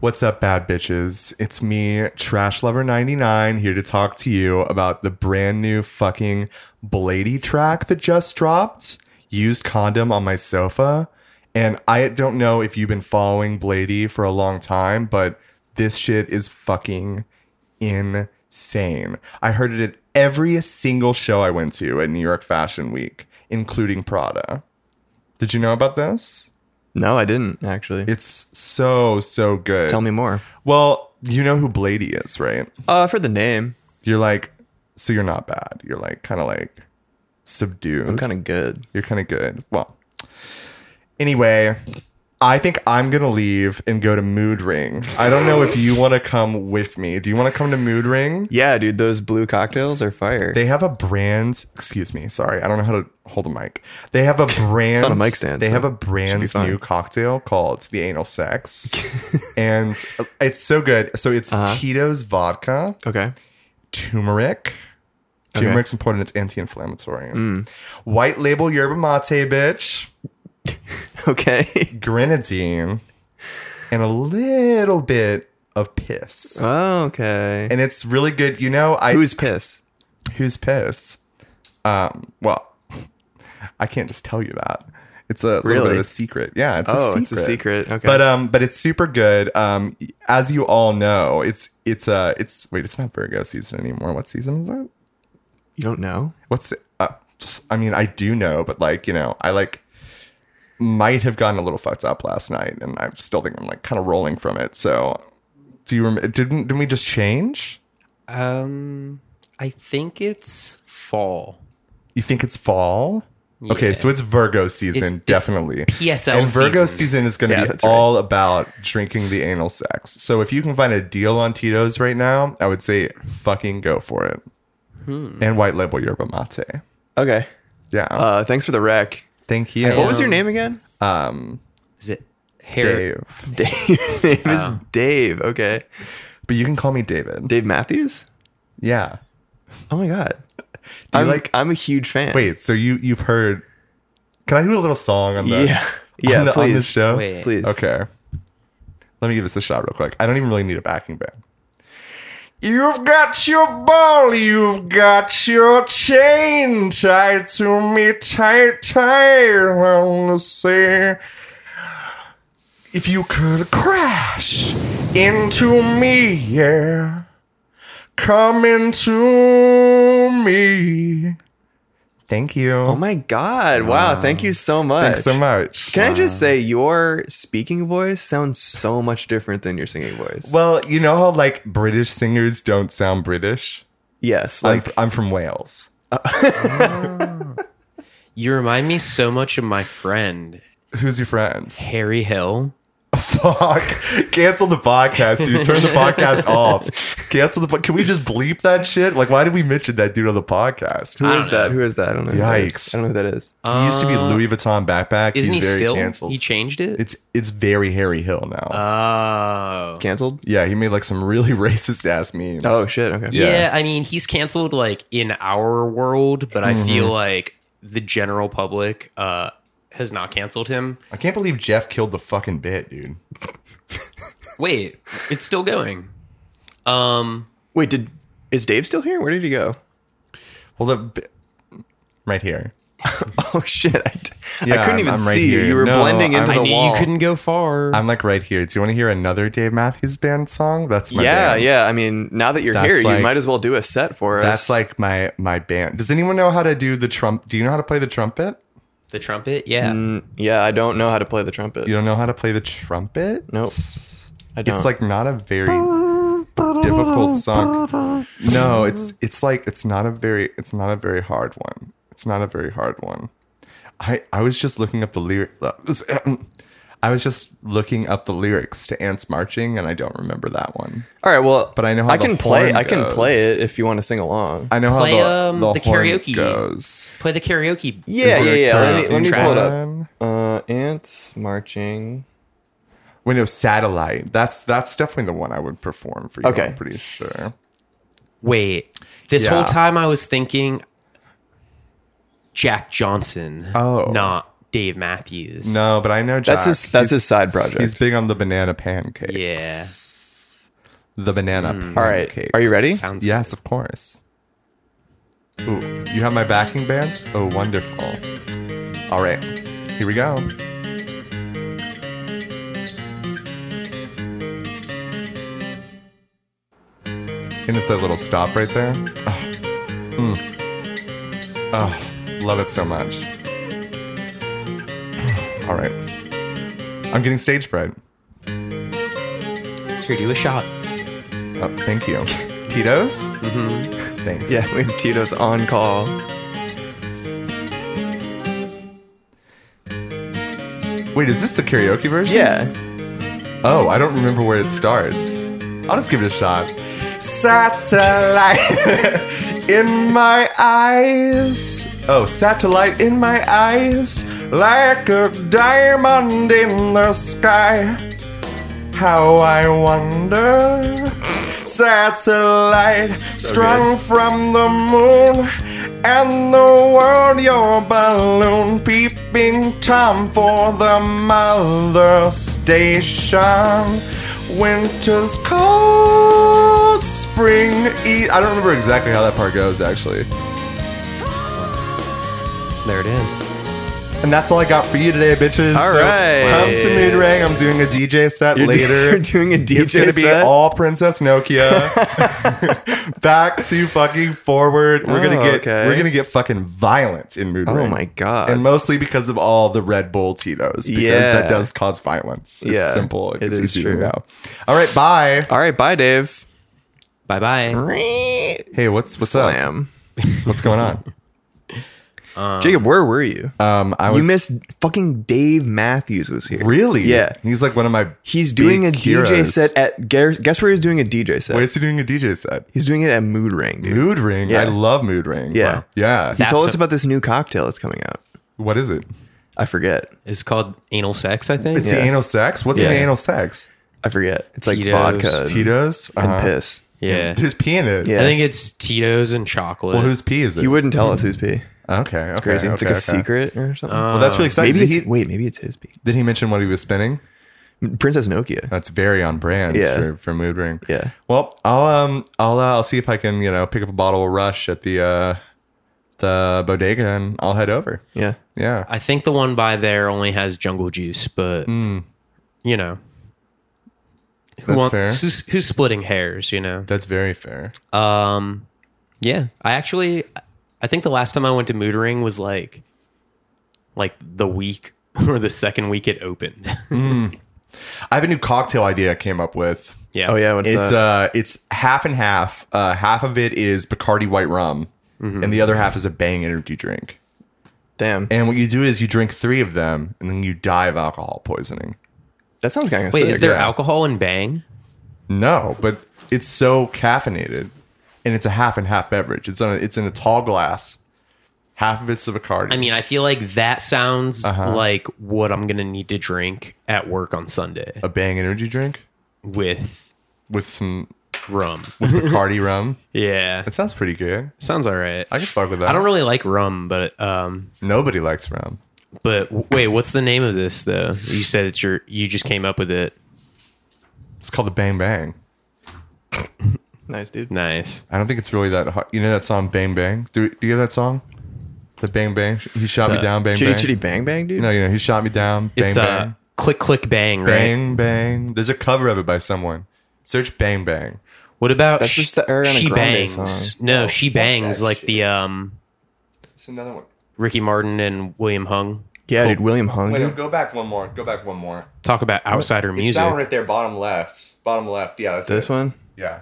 What's up, bad bitches? It's me, Trash Lover 99, here to talk to you about the brand new fucking Blady track that just dropped. Used condom on my sofa. And I don't know if you've been following Blady for a long time, but this shit is fucking insane. I heard it at every single show I went to at New York Fashion Week, including Prada. Did you know about this? No, I didn't actually. It's so, so good. Tell me more. Well, you know who Blady is, right? Uh, I've heard the name. You're like, so you're not bad. You're like, kind of like subdued. I'm kind of good. you're kind of good. Well, anyway, I think I'm going to leave and go to Mood Ring. I don't know if you want to come with me. Do you want to come to Mood Ring? Yeah, dude, those blue cocktails are fire. They have a brand. Excuse me. Sorry, I don't know how to hold a mic. They have a brand. on a mic stand, They so have a should be brand fine. new cocktail called the Anal Sex, and it's so good. So it's Uh-huh. Tito's vodka, okay. turmeric. Okay. Turmeric's important. It's anti-inflammatory. White label yerba mate, bitch. Okay. Grenadine, and a little bit of piss. oh, okay. and it's really good. You know, I Who's piss? Who's piss? Um, well, I can't just tell you that. It's a little bit Really? of a secret. Yeah, it's a oh, secret. it's a secret. Okay. But um, but it's super good. Um, as you all know, it's it's uh it's wait, it's not Virgo season anymore. What season is it? you don't know? What's it? Uh, just, I mean, I do know, but like you know, I like might have gotten a little fucked up last night, and I still think I'm like kind of rolling from it. So, do you remember? Didn't didn't we just change? Um, I think it's fall. You think it's fall? Okay, Yeah. so it's Virgo season, It's- it's definitely. PSL and Virgo season. season is going to Yeah, be that's right. all about drinking the anal sex. So if you can find a deal on Tito's right now, I would say fucking go for it. And white label yerba mate. Okay. Yeah. Hmm. Uh, thanks for the rec. Thank you. What was your name again? Um, Is it hair? Dave. Dave. Your name is Dave. Okay. But you can call me David. Dave Matthews. yeah. Oh my god. you I'm like- like. I'm a huge fan. Wait, so you you've heard Can I do a little song on the Yeah. on Yeah. the- please. on this show? Wait. Please. Okay. Let me give this a shot real quick. I don't even really need a backing band. You've got your ball, you've got your chain tied to me tight, tight on the sea. If you could crash into me, yeah, come into me. Thank you. Oh my god. Wow. Thank you so much. Thanks so much. Can I just say your speaking voice sounds so much different than your singing voice? Well, you know how like British singers don't sound British. yes, I'm, like I'm from Wales. You remind me so much of my friend Who's your friend? Harry Hill. Fuck! Cancel the podcast, dude. Turn the podcast off. Cancel the. Po- Can we just bleep that shit? Like, why did we mention that dude on the podcast? who is I don't know. Um, that? Who is that? I don't know. who that is. Yikes. I don't know who that is. he used to be Louis Vuitton backpack. Uh, Isn't He's he very still? canceled. He Uh, changed it. it's it's very Harry Hill now. oh. Cancelled? yeah, he made like some really racist ass memes. Oh shit. Okay. yeah. I mean, he's canceled like in our world, but I feel Mm-hmm. like the general public uh has not canceled him. I can't believe Jeff killed the fucking bit, dude. Wait, it's still going. Um, Wait, did is Dave still here? Where did he go? Well, the bi- right here. Oh shit. I, d- I Yeah, couldn't I'm- even I'm see right you. here. You were No, blending into I'm- the I knew wall. you couldn't go far. I'm like right here. Do you want to hear another Dave Matthews Band song? That's my yeah, band. yeah. I mean, now that you're That's here, like- you might as well do a set for us. That's like my my band. Does anyone know how to do the trump? Do you know how to play the trumpet? the trumpet, yeah. Mm, yeah, I don't know how to play the trumpet. You don't know how to play the trumpet? Nope. I don't. It's like not a very difficult song. No, it's it's like it's not a very it's not a very hard one. It's not a very hard one. I I was just looking up the lyric. I was just looking up the lyrics to Ants Marching, and I don't remember that one. All right, well, But I know how I the can play. horn I can goes. play it if you want to sing along. I know Play, how the, um, the, the horn karaoke. goes. Play the karaoke. Is yeah, yeah, there a yeah. Let me, let me karaoke pull it up. one? Uh, ants marching. Wait, no, satellite. That's that's definitely the one I would perform for you. Okay. I'm pretty sure. Wait, this Yeah. whole time I was thinking Jack Johnson. Oh. not Dave Matthews. No, but I know Jack. That's his that's He's- his side project. He's big on the banana pancakes. Yeah. The banana pancakes. Mm. All right. Are you ready? Sounds yes, of course. Ooh, you have my backing bands? Oh, wonderful. All right. Here we go. And it's that little stop right there. Oh, Mm. Oh, love it so much. All right. I'm getting stage fright. Here, do a shot. Oh, thank you. Tito's? Mm-hmm. Thanks. yeah, we have Tito's on call. Wait, is this the karaoke version? Yeah. Oh, I don't remember where it starts. I'll just give it a shot. Satellite in my eyes. Oh, satellite in my eyes. Like a diamond in the sky. How I wonder. Satellite strung from the moon. And the world, your balloon. Peeping Tom for the mother station. Winter's cold, spring. E- I don't remember exactly how that part goes, actually. There it is. And that's all I got for you today, bitches. All right. Come to Moodrang. I'm doing a DJ set You're, later. you're doing a DJ It's gonna be set? all Princess Nokia. Back to fucking forward. We're gonna Oh, get okay. we're gonna get fucking violent in mood. Oh Ring. my God. And mostly because of all the Red Bull Tito's, because Yeah. that does cause violence. It's Yeah, simple. it It's is easy to true. know. All right, bye. all right, bye, Dave. Bye bye. Hey, what's what's Slam. up? What's going on? Jacob, where were you? Um, I you was missed fucking Dave Matthews was here. really. Yeah. he's like one of my. He's doing big a DJ heroes. set at guess guess where he's doing a DJ set? Why is he doing a DJ set? He's doing it at Mood Ring, dude. Mood Ring. Yeah. I love Mood Ring. Yeah. Wow. yeah. He told That's us a- about this new cocktail that's coming out. What is it? I forget. It's called anal sex, I think. It's the Yeah. anal sex. What's an Yeah. anal sex? I forget. It's like Tito's. vodka and, Tito's and Uh-huh. piss. yeah. Who's pee in it? I Yeah. think it's Tito's and chocolate. Well, whose pee is it? He wouldn't tell us who's pee. Okay. okay Crazy. it's like okay, Um, a okay. secret or something. Well, that's really exciting. maybe Did it's, he, wait, maybe it's his pee. did he mention what he was spinning? Princess Nokia. That's very on brand Yeah. for, for Mood Ring. Yeah. Well, I'll um I'll uh, I'll see if I can you know pick up a bottle of Rush at the uh the bodega and I'll head over. Yeah. Yeah. I think the one by there only has jungle juice, but you know, Hmm. who That's wants- fair. Who's, who's splitting hairs? You know. That's very fair. Um, yeah. I actually, I think the last time I went to Mootering was like, like the week or the second week it opened. I have a new cocktail idea I came up with. yeah. Oh yeah. What's It's that? uh it's half and half. Uh, half of it is Bacardi white rum, Mm-hmm. and the other half is a Bang energy drink. Damn. And what you do is you drink three of them, and then you die of alcohol poisoning. That sounds kind of Wait, sick. is there yeah. alcohol in Bang? No, but it's so caffeinated, and it's a half and half beverage. It's on a, it's in a tall glass. Half of it's a Bacardi. I mean, I feel like that sounds Uh-huh. like what I'm gonna need to drink at work on Sunday a Bang energy drink with with some rum. Bacardi rum. yeah, That sounds pretty good. sounds all right. I can fuck with that. I don't really like rum, but um, Nobody likes rum. but w- wait, what's the name of this though? You said it's your. You just came up with it. It's called the Bang Bang. nice, dude. Nice. I don't think it's really that hard. You know that song Bang Bang? Do, do you know that song? The Bang Bang. He shot me down. Bang chitty Bang. chitty bang bang, dude. No, you know he shot me down. Bang it's Bang. uh, click click bang, right? bang Bang. There's a cover of it by someone. Search Bang Bang. What about That's Sh- just the Ariana she Grande bangs? song. No, she Oh, bangs that like shit. the um It's another one. Ricky Martin and William Hung Yeah, dude. William Hung. Wait, no, dude. go back one more. Go back one more. talk about outsider It's music. that one right there, bottom left. Bottom left. Yeah, that's This it. one. Yeah,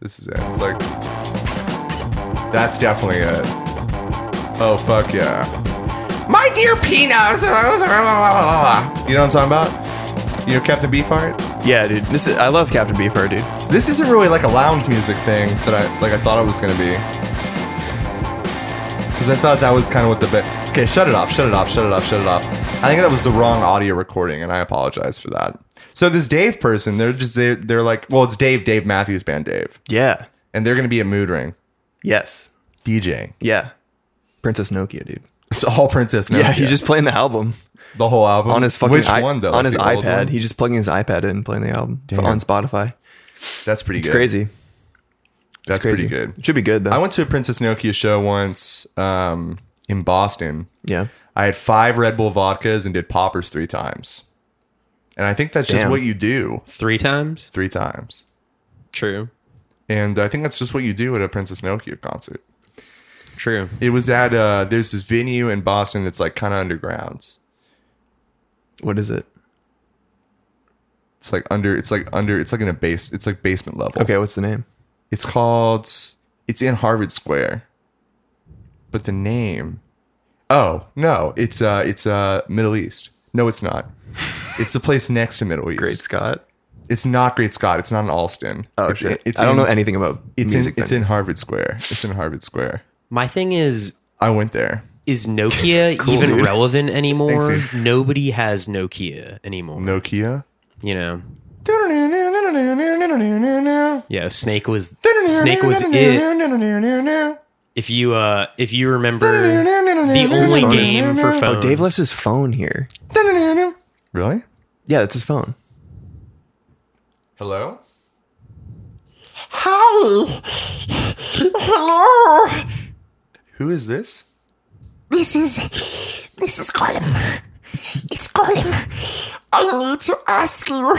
this is it. It's like that's definitely it. Oh fuck yeah! My dear peanuts. You know what I'm talking about? You know Captain Beefheart? Yeah, dude. This is. I love Captain Beefheart, dude. This isn't really like a lounge music thing that I like. I thought it was gonna be. Because I thought that was kind of what the bit. Okay, shut it off, shut it off, shut it off, shut it off. I think that was the wrong audio recording, and I apologize for that. So this Dave person, they're just they're, they're like, well, it's Dave, Dave Matthews Band, Dave, Yeah. and they're gonna be a mood ring Yes. DJ. Yeah. Princess Nokia, dude. It's all Princess now. yeah, he's just playing the album the whole album on his fucking Which i- one though? on his The old one? iPad. He's just plugging his iPad in, playing the album for- Damn. on Spotify. That's pretty It's good. crazy. It's That's crazy. pretty good. It should be good though. I went to a Princess Nokia show once um, in Boston. yeah. I had five Red Bull vodkas and did poppers three times. And I think that's just Damn. what you do Three times? three times. True. And I think that's just what you do at a Princess Nokia concert. True. It was at uh there's this venue in Boston that's like kind of underground. What is it? It's like under it's like under it's like in a base it's like basement level. Okay, what's the name? It's called it's in Harvard Square. But the name Oh, no, it's uh it's uh Middle East. No, it's not. It's the place next to Middle East. Great Scott. It's not Great Scott. It's not in Alston. Oh, it's, shit. it's I don't in- know anything about It's music. in it's then. in Harvard Square. It's in Harvard Square. My thing is I went there. is Nokia even dude. relevant anymore? Thanks, Nobody has Nokia anymore. Nokia. You know. Snake Yeah, Snake was Snake was it. If you uh if you remember the only Phone is- game for phones. oh, Dave left his phone here. Really? Yeah, that's his phone. Hello? Hi. Hello. Who is this? This is Mrs. Colum. It's Colum. I need to ask you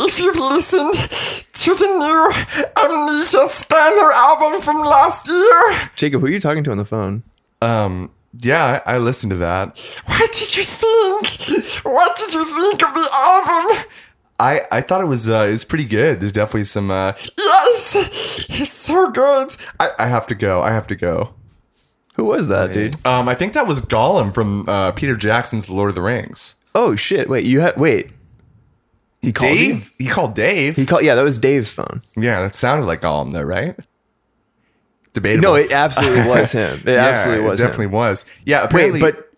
if you've listened to the new Amnesia Scanner album from last year. Jacob, who are you talking to on the phone? Um yeah, I I listened to that. What did you think? What did you think of the album? I, I thought it was uh, it's pretty good. There's definitely some uh, Yes, it's so good. I, I have to go. I have to go. Who was that, dude? Um, I think that was Gollum from uh, Peter Jackson's Lord of the Rings. Oh shit! Wait, you had wait. He called you? Dave? He called Dave. He called. Yeah, that was Dave's phone. Yeah, that sounded like Gollum, though, right? Debatable. No, it absolutely was him. It Yeah, absolutely was. It definitely Him. was. Yeah, apparently. Wait, but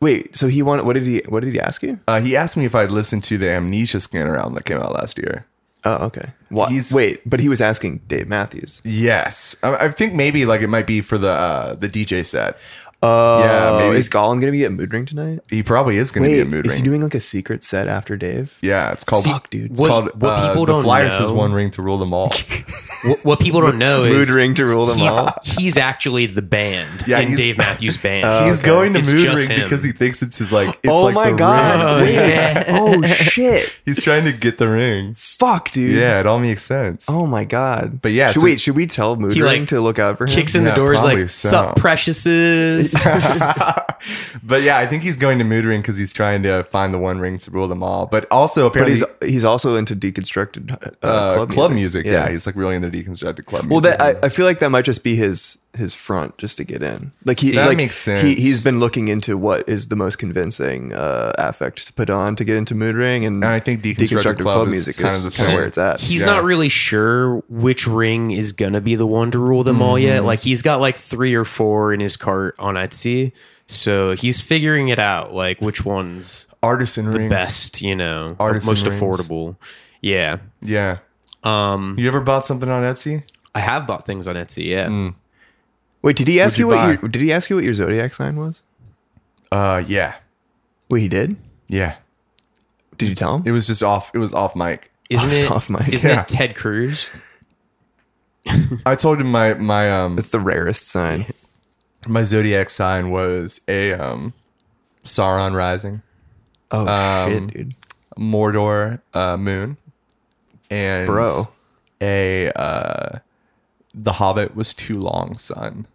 wait. So he wanted. What did he? What did he ask you? uh, he asked me if I'd listened to the Amnesia Scanner album that came out last year. Oh, okay. What? He's- wait, but he was asking Dave Matthews. Yes, I, I think maybe like it might be for the uh, the DJ set. Oh, yeah. maybe- Is Gollum gonna be at Mood Ring tonight? He probably is going to be Wait, a mood is he ring. doing like a secret set after Dave? yeah, it's called. See, Fuck, dude. It's what- called. what uh, people the don't Flyers know- is one ring to rule them all. What, what people don't know is Mood Ring to rule them he's, all. he's actually the band Yeah, in he's- Dave Matthews Band. He's going to It's mood just ring him. because he thinks it's his like. It's oh like my the god! Ring. Oh, Wait. yeah. oh shit! He's trying to get the ring. Fuck, dude. Yeah, it all makes sense. Oh my god! But yeah, should, so- wait, should we tell Mood He, Ring like, to look out for him? Kicks in Yeah, the doors probably like, sup, so." preciouses. but yeah, I think he's going to mood ring because he's trying to find the one ring to rule them all. But also, but apparently, he's he's also into deconstructed uh, uh, club, music. Yeah. he's like really into deconstructed club well, music. that I, I feel like that might just be his his front just to get in. Like he That like makes he sense. he's been looking into what is the most convincing uh, affect to put on to get into Mood Ring, and, And I think deconstructed club is kind of the kinda thing. where it's at. He's Yeah. not really sure which ring is gonna be the one to rule them all yet. Like he's got like three or four in his cart on Etsy, so he's figuring it out. Like which one's artisan rings. best, you know, or Artisan most rings. affordable. Yeah. Yeah. Um, You ever bought something on Etsy? I have bought things on Etsy. Yeah. Mm. Wait, did he ask Would you you buy? what your, did he ask you what your zodiac sign was? Uh, yeah, Wait, he did. yeah. Did you tell him? It was just off. It was off mic. Isn't it? Off mic. Isn't Yeah. it Ted Cruz? I told him my my um That's the rarest sign. my zodiac sign was a um Sauron rising, Oh Um, shit, dude, Mordor uh, moon, and bro. a uh, the Hobbit was too long, son.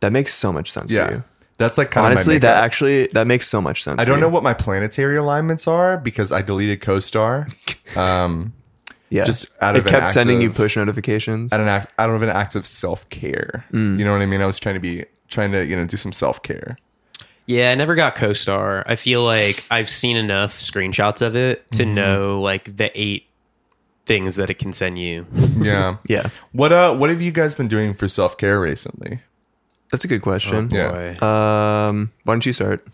That makes so much sense for Yeah, you. that's like kind Honestly, of that actually that makes so much sense. I for don't you. know what my planetary alignments are because I deleted CoStar. Um, Yeah, just out of it an kept act sending of- you push notifications. out of an act, out of an act of self care. You know what I mean? I was trying to be trying to you know do some self care. Yeah, I never got co-star. I feel like I've seen enough screenshots of it Mm-hmm. to know like the eight things that it can send you. Yeah. Yeah, What uh What have you guys been doing for self care recently? that's a good question. Oh, Yeah. Boy. Um, why don't you start?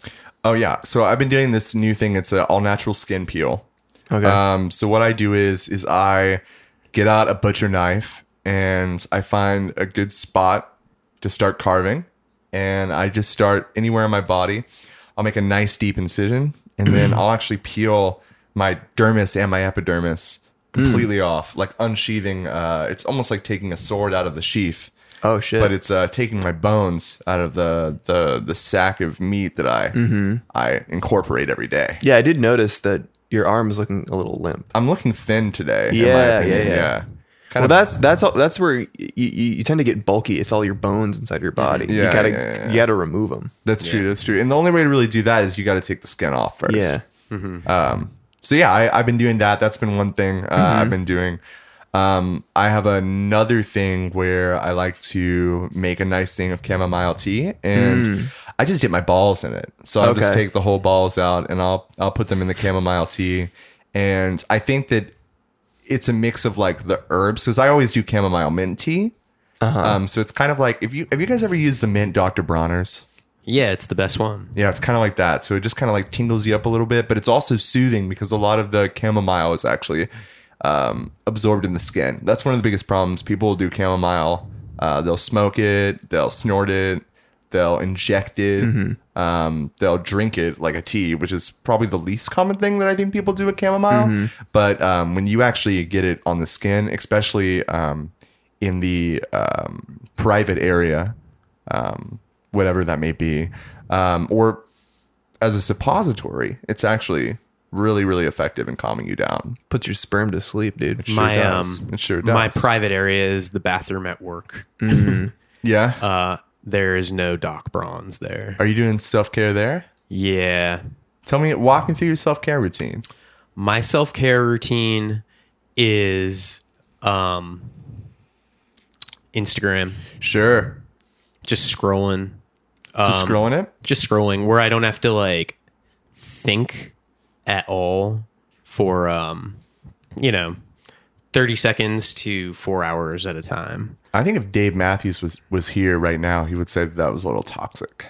Oh yeah, so I've been doing this new thing. It's a all natural skin peel. Okay. Um, so what I do is is I get out a butcher knife and I find a good spot to start carving, and I just start anywhere in my body. I'll make a nice deep incision, and then I'll actually peel my dermis and my epidermis completely off, like unsheathing. Uh, it's almost like taking a sword out of the sheath, Oh shit! but it's uh, taking my bones out of the the the sack of meat that I I incorporate every day. yeah, I did notice that your arm's looking a little limp. I'm looking thin today. in my Yeah, opinion, yeah, yeah. Kind Well, of that's that's all, that's where you, you, you tend to get bulky. It's all your bones inside your body. Mm-hmm. Yeah, you gotta yeah, yeah, yeah. you gotta remove them. That's true. That's true. And the only way to really do that is you got to take the skin off first. Yeah. Um, so yeah, I, I've been doing that. That's been one thing uh, I've been doing. Um, I have another thing where I like to make a nice thing of chamomile tea, and I just dip my balls in it. So I'll just Okay. take the whole balls out, and I'll I'll put them in the chamomile tea. And I think that it's a mix of like the herbs because I always do chamomile mint tea. Um, so it's kind of like if you have you guys ever used the mint Dr. Bronner's? Yeah, it's the best one. Yeah, it's kind of like that. So it just kind of like tingles you up a little bit, but it's also soothing because a lot of the chamomile is actually um, absorbed in the skin. That's one of the biggest problems. People will do chamomile. Uh, they'll smoke it. They'll snort it. They'll inject it. Um, they'll drink it like a tea, which is probably the least common thing that I think people do with chamomile. But um, when you actually get it on the skin, especially um, in the um, private area, um, whatever that may be, um, or as a suppository, it's actually really, really effective in calming you down. Puts your sperm to sleep, dude. Sure my does. um it sure does. Hmm. my private area is the bathroom at work. yeah. Uh there is no Doc Bronze there. Are you doing self care there? Yeah. Tell me, walk me through your self care routine. my self care routine is um Instagram, Sure. just scrolling, Just scrolling it. just scrolling where I don't have to like think at all for um you know 30 seconds to 4 hours at a time. I think if Dave Matthews was was here right now, he would say that, that was a little toxic.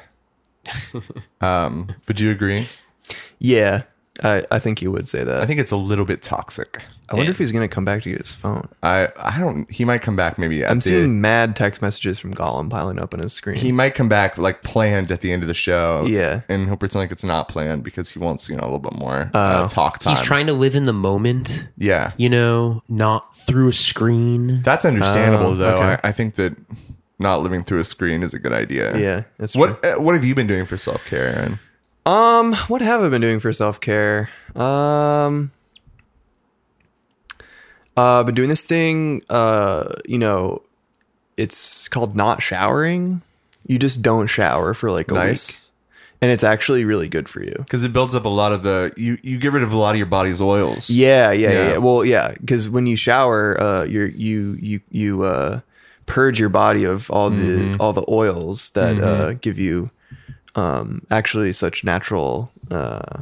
um, would you agree? Yeah, I, I think you would say that. I think it's a little bit toxic. I wonder if he's gonna come back to get his phone. I I don't. He might come back maybe. I'm at the- seeing mad text messages from Gollum piling up on his screen. he might come back like planned at the end of the show. Yeah. and he'll pretend like it's not planned because he wants you know a little bit more Oh. uh, talk time. He's trying to live in the moment, yeah, you know, not through a screen. that's understandable though. Oh, okay. I, I think that not living through a screen is a good idea. yeah, that's true. What uh, What have you been doing for self care, Aaron? Um, what have I been doing for self care? Um, uh, I've been doing this thing. Uh, you know, it's called not showering. You just don't shower for like a week, Nice. and it's actually really good for you. Because it builds up a lot of the you you get rid of a lot of your body's oils. Yeah, yeah, yeah. Yeah. yeah. Well, yeah, because when you shower, uh, you're, you you you uh, purge your body of all the Mm-hmm. all the oils that uh, give you um, actually such natural uh,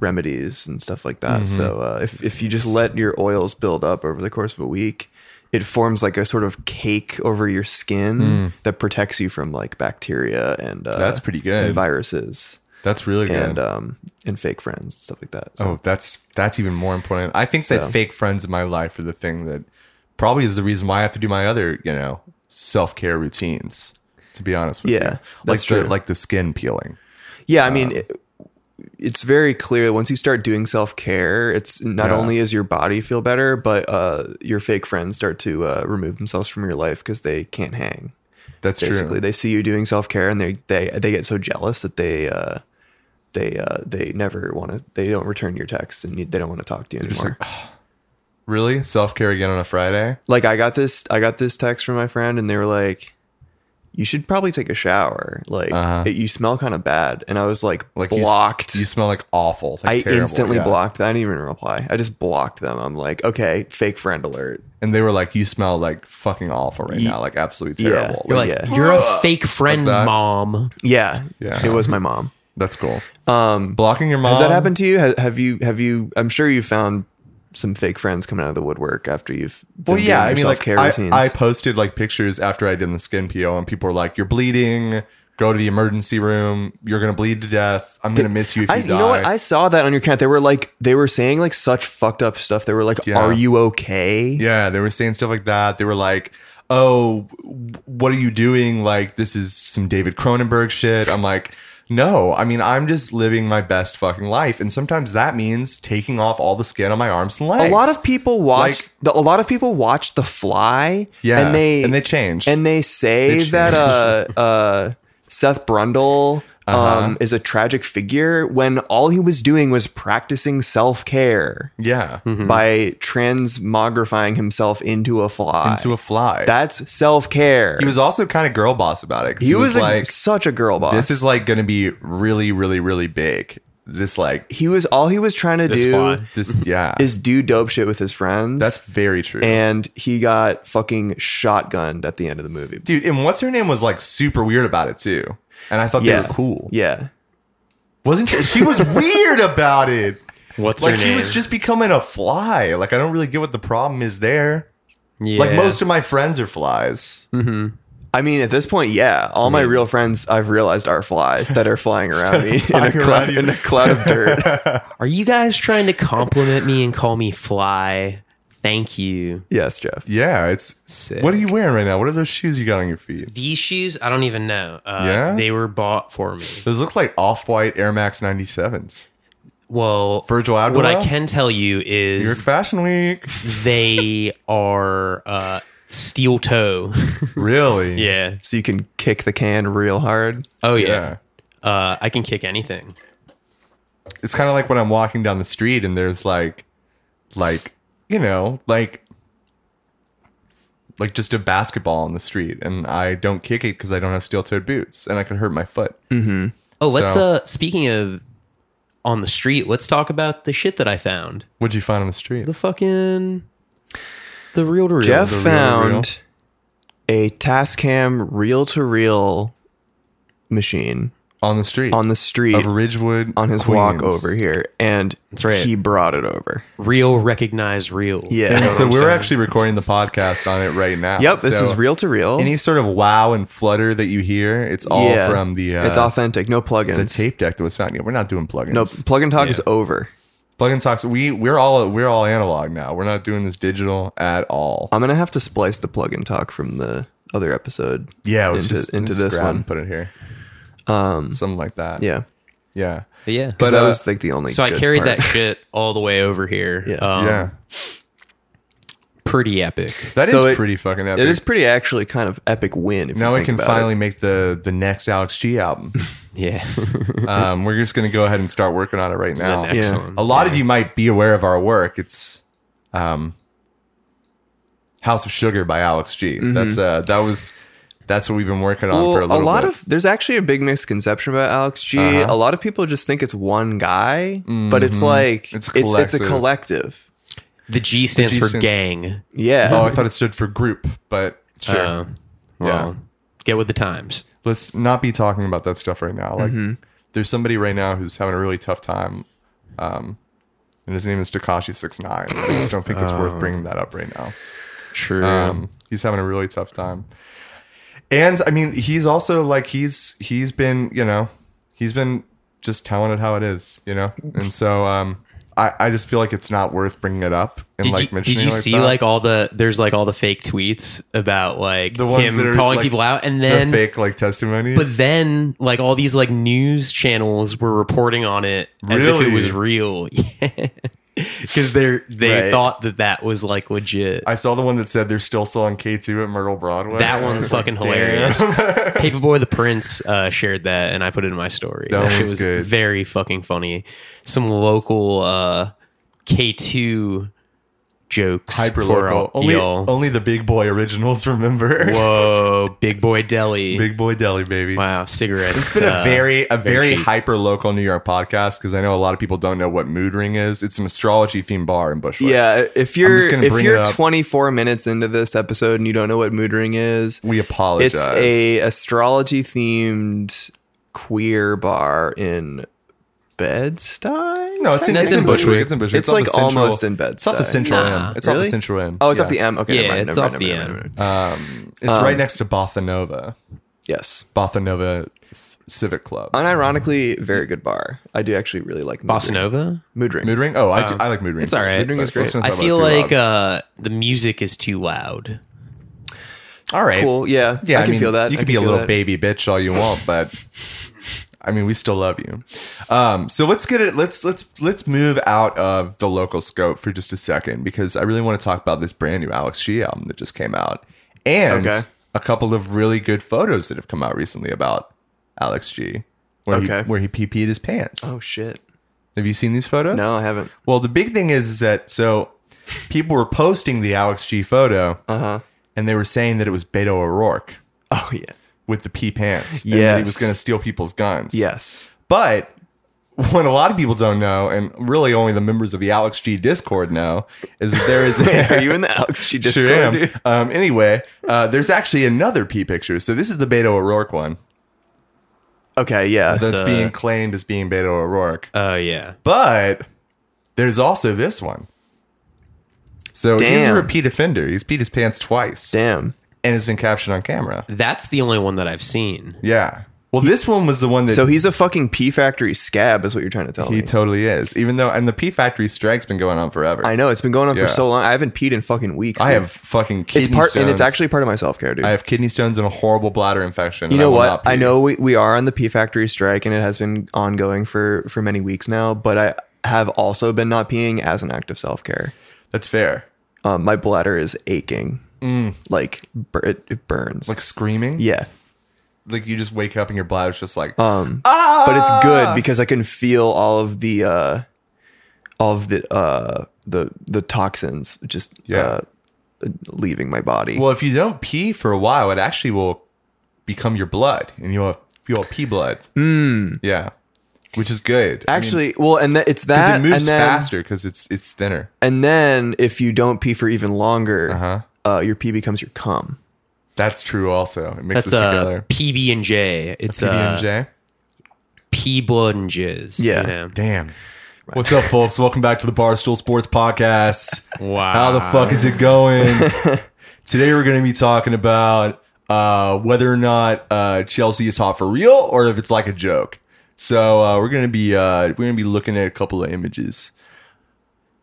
remedies and stuff like that. So Mm-hmm. uh, if if you just let your oils build up over the course of a week. It forms like a sort of cake over your skin that protects you from like bacteria and uh, Mm. That's pretty good. and viruses that's really good. and um and fake friends and stuff like that. So. Oh, that's that's even more important. I think that So- fake friends in my life are the thing that probably is the reason why I have to do my other, you know, self care routines. To be honest with Yeah, you, like that's the, true. like the skin peeling. Yeah, I Uh, mean, it, it's very clear that once you start doing self care, it's not Yeah. only is your body feel better, but uh, your fake friends start to uh, remove themselves from your life because they can't hang. That's Basically, true. they see you doing self care and they they they get so jealous that they. Uh, they uh, they never want to. They don't return your texts, and you, they don't want to talk to you Just anymore. Like, Really, self care again on a Friday. I got this, I got this text from my friend, and they were like, "You should probably take a shower. Like Uh-huh. it, you smell kind of bad." And I was like, Like you s- blocked. You, smell like awful. Like I terrible, instantly yeah. blocked. I didn't even reply. I just blocked them. I'm like, okay, fake friend alert. And they were like, "You smell like fucking awful right Ye- now. Like absolutely yeah. terrible." You're like, Like, Yeah. you're a fake friend, Like that. mom. Yeah, Yeah. It was my mom. that's cool. Um, Blocking your mom. has that happened to you? Have, have you? Have you? I'm sure you found some fake friends coming out of the woodwork after you've. Been Well, yeah, I mean, like care I, routines. I posted like pictures after I did the skin peel, and people were like, "You're bleeding. Go to the emergency room. You're gonna bleed to death. I'm gonna miss you if you I- die." you know what? I saw that on your account. They were like, they were saying like such fucked up stuff. They were like, Yeah. "Are you okay?" yeah, they were saying stuff like that. They were like, "Oh, w- what are you doing? Like this is some David Cronenberg shit." I'm like, "No, I mean I'm just living my best fucking life." And sometimes that means taking off all the skin on my arms and a legs. lot of people watch Like- the, a lot of people watch The Fly. yeah, and they and they change. and they say Bitch. that uh, uh, Seth Brundle um, Uh-huh. is a tragic figure when all he was doing was practicing self care yeah, Mm-hmm. by transmogrifying himself into a fly. into a fly. That's self care. he was also kind of girl boss about it. 'cause he, was, a- like, such a girl boss. "This is like going to be really, really, really big." This like he was all he was trying to This do fly. this yeah. is do dope shit with his friends. That's very true. and he got fucking shotgunned at the end of the movie. dude and what's her name was like super weird about it too and i thought Yeah. they were cool Yeah. wasn't she she was weird about it What's like her he name? was just becoming a fly like i don't really get what the problem is there yeah. Hmm. like most of my friends are flies I mean, at this point, yeah, all my real friends I've realized are flies that are flying around me in, a Flying cloud, around you. in a cloud of dirt. Are you guys trying to compliment me and call me fly? Thank you. yes, Jeff. yeah it's Sick. what are you wearing right now what are those shoes you got on your feet These shoes, I don't even know. Uh, Yeah? They were bought for me. those look like off-white air max 97s Well, Virgil what I Abloh? can tell you you're is at fashion week they are uh, steel toe. really yeah. So you can kick the can real hard. Oh, yeah, yeah. Uh, I can kick anything. it's kind of like when i'm walking down the street and there's like like you know like like just a basketball on the street and i don't kick it because i don't have steel-toed boots and i could hurt my foot Oh, let's So- uh speaking of on the street, let's talk about the shit that I found. what'd you find on the street The fucking the real to real. Jeff the found a Tascam reel to reel machine on the street on the street of ridgewood on his walk over here, and right. he brought it over. real recognize real. Yeah. and so we're actually recording the podcast on it right now yep, this So is reel to reel. any sort of wow and flutter that you hear it's all Yeah. from the uh, it's authentic, no the plugins. tape deck that was found. Yeah, we're not doing plugins. No plug and talk is over. plug and talks. We we're all we're all analog now. We're not doing this digital at all. I'm gonna have to splice the plug and talk from the other episode. Yeah, it was into, just into just this grab one. and put it here. Um, something like that. Yeah, yeah, But yeah. but uh, that was like the only. so I good carried part. that shit all the way over here. Yeah. Um, yeah. Pretty epic. That is so it- pretty fucking epic. It is pretty actually kind of epic win. If Now you we think can about finally It. make the the next Alex G album. Yeah. um, we're just gonna go ahead and start working on it right now. The next one. A lot of you might be aware of our work. It's um, House of Sugar by Alex G. That's uh, that was that's what we've been working on Mm-hmm. Well, for a a, little. lot bit. Uh-huh. of there's actually a big misconception about Alex G. A lot of people just think it's one guy, but it's like Mm-hmm. It's it's a it's, a collective. collective. The G stands G for stands- gang. Yeah, oh, I thought it stood for group, but sure. Uh, well, get with the times. let's not be talking about that stuff right now. Like, Mm-hmm. there's somebody right now who's having a really tough time, um, and his name is Takashi Six Nine. I just don't think it's Oh. worth bringing that up right now. True. Um, he's having a really tough time, and I mean, he's also like he's he's been you know he's been just telling it how it is, you know, and so um, I I just feel like it's not worth bringing it up and did like you, did mentioning you it like see that. like all the there's like all the fake tweets about like The ones him that are, calling like, people out and the then fake like testimonies? but then like all these like news channels were reporting on it as if Really? it was real because they're they Right. thought that that was like legit I saw the one that said they're still selling K2 at Myrtle Broadway. that one's fucking hilarious paperboy the prince uh, shared that and i put it in my story That shit one's was good. very fucking funny some local uh k2 jokes for Hyperlocal. all- Only, y'all. only the big boy originals remember. Whoa, Big Boy Deli. big boy deli, baby. wow, cigarettes. It's been a uh, very a very cheap. hyper local New York podcast because I know a lot of people don't know what Mood Ring is. It's an astrology themed bar in Bushwick. yeah. If you're gonna if bring it you're up. 24 minutes into this episode and you don't know what mood ring is, we apologize. it's a astrology themed queer bar in Bed-Stuy. no, it's in, That's it's in in Bushwick. Bushwick. It's in Bushwick. It's off like the central- almost in Bed-Stuy. It's off the central Nah. end. It's off the Really? central end. Oh, it's off Yeah. the M. Okay, Yeah, never mind, it's never off mind, the never mind, M. never mind. Um, it's right next to Bossa Nova, Yes. Bossa Nova Civic Club. Unironically, very good bar. I do actually really like Mood Bossa Ring. Nova. Mood Ring. Mood Ring. Oh, I, do, I like Mood Ring. Um, It's all right. Mood Ring is great. Let's not I talk about it feel too like loud. uh, the music is too loud. All right. Cool. Yeah. Yeah, I can mean, feel that. You I could be a can feel little that. baby bitch all you want, but I mean, we still love you. Um, so let's get it. Let's let's let's move out of the local scope for just a second because I really want to talk about this brand new Alex G album that just came out and Okay. a couple of really good photos that have come out recently about Alex G. Where Okay. He, where he pee-peed his pants. Oh shit. Have you seen these photos? No, I haven't. Well, the big thing is, is that so people were posting the Alex G photo Uh huh. and they were saying that it was Beto O'Rourke Oh yeah. with the pee pants. and that he Yes. was going to steal people's guns. Yes. But what a lot of people don't know, and really only the members of the Alex G Discord know, is that there is. Wait, are you in the Alex G Discord? Sure am. dude? Um, anyway, uh, there's actually another pee picture. So this is the Beto O'Rourke one Okay. Yeah. that's uh, being claimed as being Beto O'Rourke. Oh yeah. But there's also this one. So he's a Damn. repeat offender. He's peed his pants twice, Damn. and it's been captured on camera. That's the only one that I've seen. Yeah. Well, this one was the one that So he's a fucking P Factory scab, is what you're trying to tell He me. totally is. Even though, and the P Factory strike's been going on forever. I I, know it's been going on Yeah. for so long. I haven't peed in fucking weeks. dude. have fucking kidney It's part, stones. and it's actually part of my self care, dude. I have kidney stones and a horrible bladder infection. you and I know will what? not pee. I know we, we are on the P Factory strike, and it has been ongoing for for many weeks now. But I have also been not peeing as an act of self care. that's fair. Um, my bladder is aching, like bur- it, it burns. Mm. Like screaming. yeah, Like you just wake up and your bladder's just like. um, but Ah! it's good because I can feel all of the uh, all of the uh, the the toxins just Yeah. uh, leaving my body. well, if you don't pee for a while, it actually will become your blood, and you'll have, you'll have pee blood. Yeah, which is good. Hmm. Actually, well, and that it's because that, it moves and then faster because it's it's thinner. and then if you don't pee for even longer, Uh-huh. uh, your pee becomes your cum. That's true. Also, it That's mixes a uh, together. PB and J. It's PB and a J. pee blood and jizz. Yeah. Damn. What's up, folks? Welcome back to the Barstool Sports Podcast. Wow. How the fuck is it going? Today we're going to be talking about uh, whether or not uh, Chelsea is hot for real or if it's like a joke. So uh, we're going to be uh, we're going to be looking at a couple of images.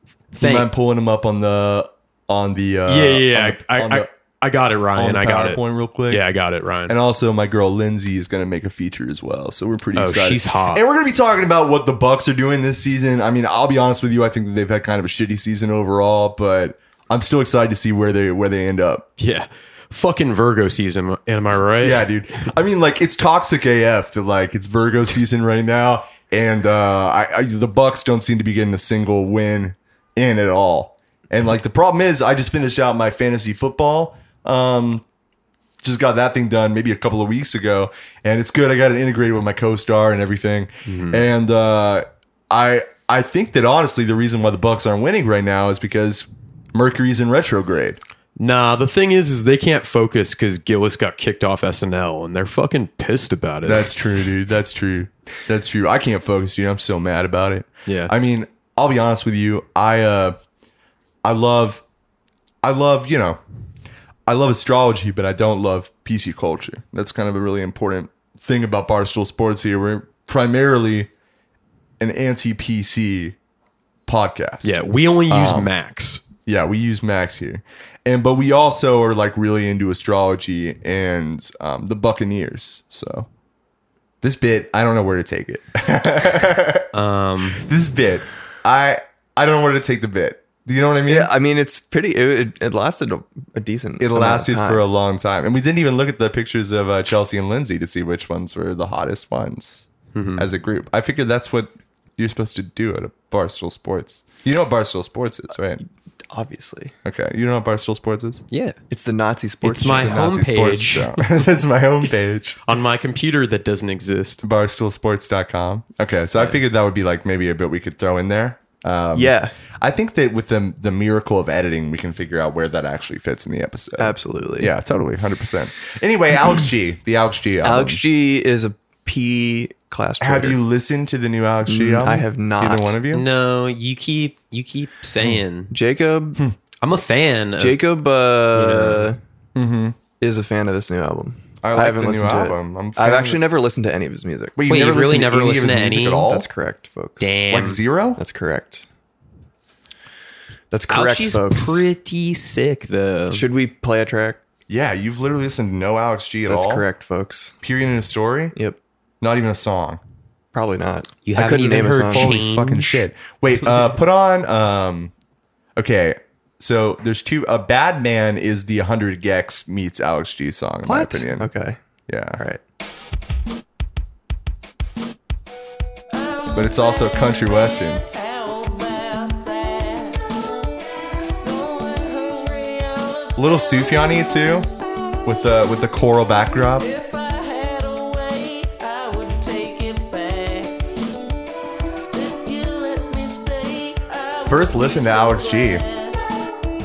Do you Thank- mind pulling them up on the on the uh, yeah, yeah, on yeah. the- I, on the- I, I got it, on Ryan. the I got it. PowerPoint real quick? Yeah, I got it, Ryan. And also, my girl Lindsay is going to make a feature as well. So we're pretty Oh, excited. she's hot. And we're going to be talking about what the Bucks are doing this season. I mean, I'll be honest with you. I think that they've had kind of a shitty season overall, but I'm still excited to see where they where they end up. yeah. Fucking Virgo season. Am I right? Yeah, dude. I mean, like it's toxic AF that like it's Virgo season right now, and uh, I, I the Bucks don't seem to be getting a single win in at all. And like the problem is, I just finished out my fantasy football. Um, just got that thing done maybe a couple of weeks ago, and it's good. I got it integrated with my co-star and everything, and uh, I I think that honestly the reason why the Bucks aren't winning right now is because Mercury's in retrograde. Nah, the thing is, is they can't focus because Gillis got kicked off SNL, and they're fucking pissed about it. That's true, dude. That's true. That's true. I can't focus, dude. I'm so mad about it. Yeah. I mean, I'll be honest with you. I uh I love I love, you know, I love astrology, but I don't love PC culture. That's kind of a really important thing about Barstool Sports here. We're primarily an anti PC podcast. yeah. We only use Um, Max. Yeah, we use Max here, and but we also are like really into astrology and um, the Buccaneers. So this bit, I don't know where to take it. Um, this bit, I I don't know where to take the bit. Do you know what I mean? Yeah, I mean it's pretty. It, it, it lasted a, a decent. It amount of lasted time. for a long time, and we didn't even look at the pictures of uh, Chelsea and Lindsay to see which ones were the hottest ones Mm-hmm. as a group. I figured that's what you're supposed to do at a Barstool Sports. You know what Barstool Sports is, right? Uh, obviously. Okay, you know what Barstool Sports is. yeah. It's the Nazi sports. It's my channel. homepage show. That's my homepage. on my computer that doesn't exist. barstoolsports.com. Okay, so I figured that would be like maybe a bit we could throw in there. Um, Yeah, I think that with the the miracle of editing, we can figure out where that actually fits in the episode. Uh, absolutely. yeah, totally, hundred percent. Anyway, Alex G, the Alex G. Album. Alex G is a P class. Have traitor. you listened to the new Alex G? Mm, album? I have not. Either one of you. No, you keep you keep saying Jacob? Hmm. I'm a fan. Of, Jacob uh, is a fan of this new album. Mm-hmm. I like the new album. it. I'm a fan I've of actually it. never listened to any of his music. Wait, oh. Wait, you've really never of his listened to music any? at all? that's correct, folks. damn. Like zero? That's correct. That's correct, Ouchie's folks. pretty sick though. Should we play a track? Yeah, you've literally listened to no Alex G at That's all. correct, folks. Period in a story. Yep. Not even a song. Probably not. You I haven't couldn't even name a heard song. Change. Holy fucking shit. Wait, uh, put on. Um, okay, so there's two. A Bad Man is the 100 Gex meets Alex G song, in my What? opinion. Okay. Yeah. All right. But it's also country western. Little Sufjani too, with the with the choral backdrop. If I had a way, I would take it back. If you let me stay, I would First, listen to Alex G.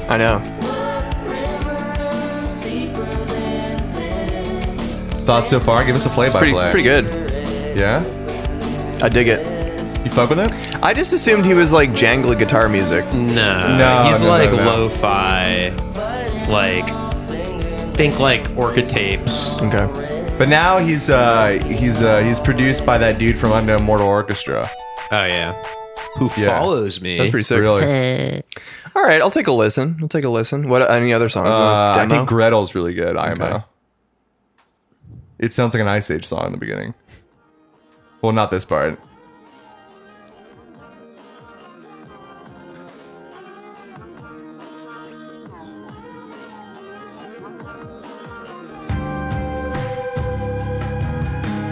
I know. Thoughts so far? Give us a play by Pretty play. pretty good. Yeah, I dig it. you fuck with it? I just assumed he was like jangly guitar music. Mm. No, No, he's no, like no, no. lo-fi, like think like Orca tapes. Okay. But now he's uh he's uh he's produced by that dude from Unknown Mortal Orchestra. Oh yeah, who Yeah. follows me? That's pretty sick. Really? All right, I'll take a listen. I'll take a listen. What any other songs? Uh, I Demo? think Gretel's really good. IMO. Okay. It sounds like an Ice Age song in the beginning. Well, not this part.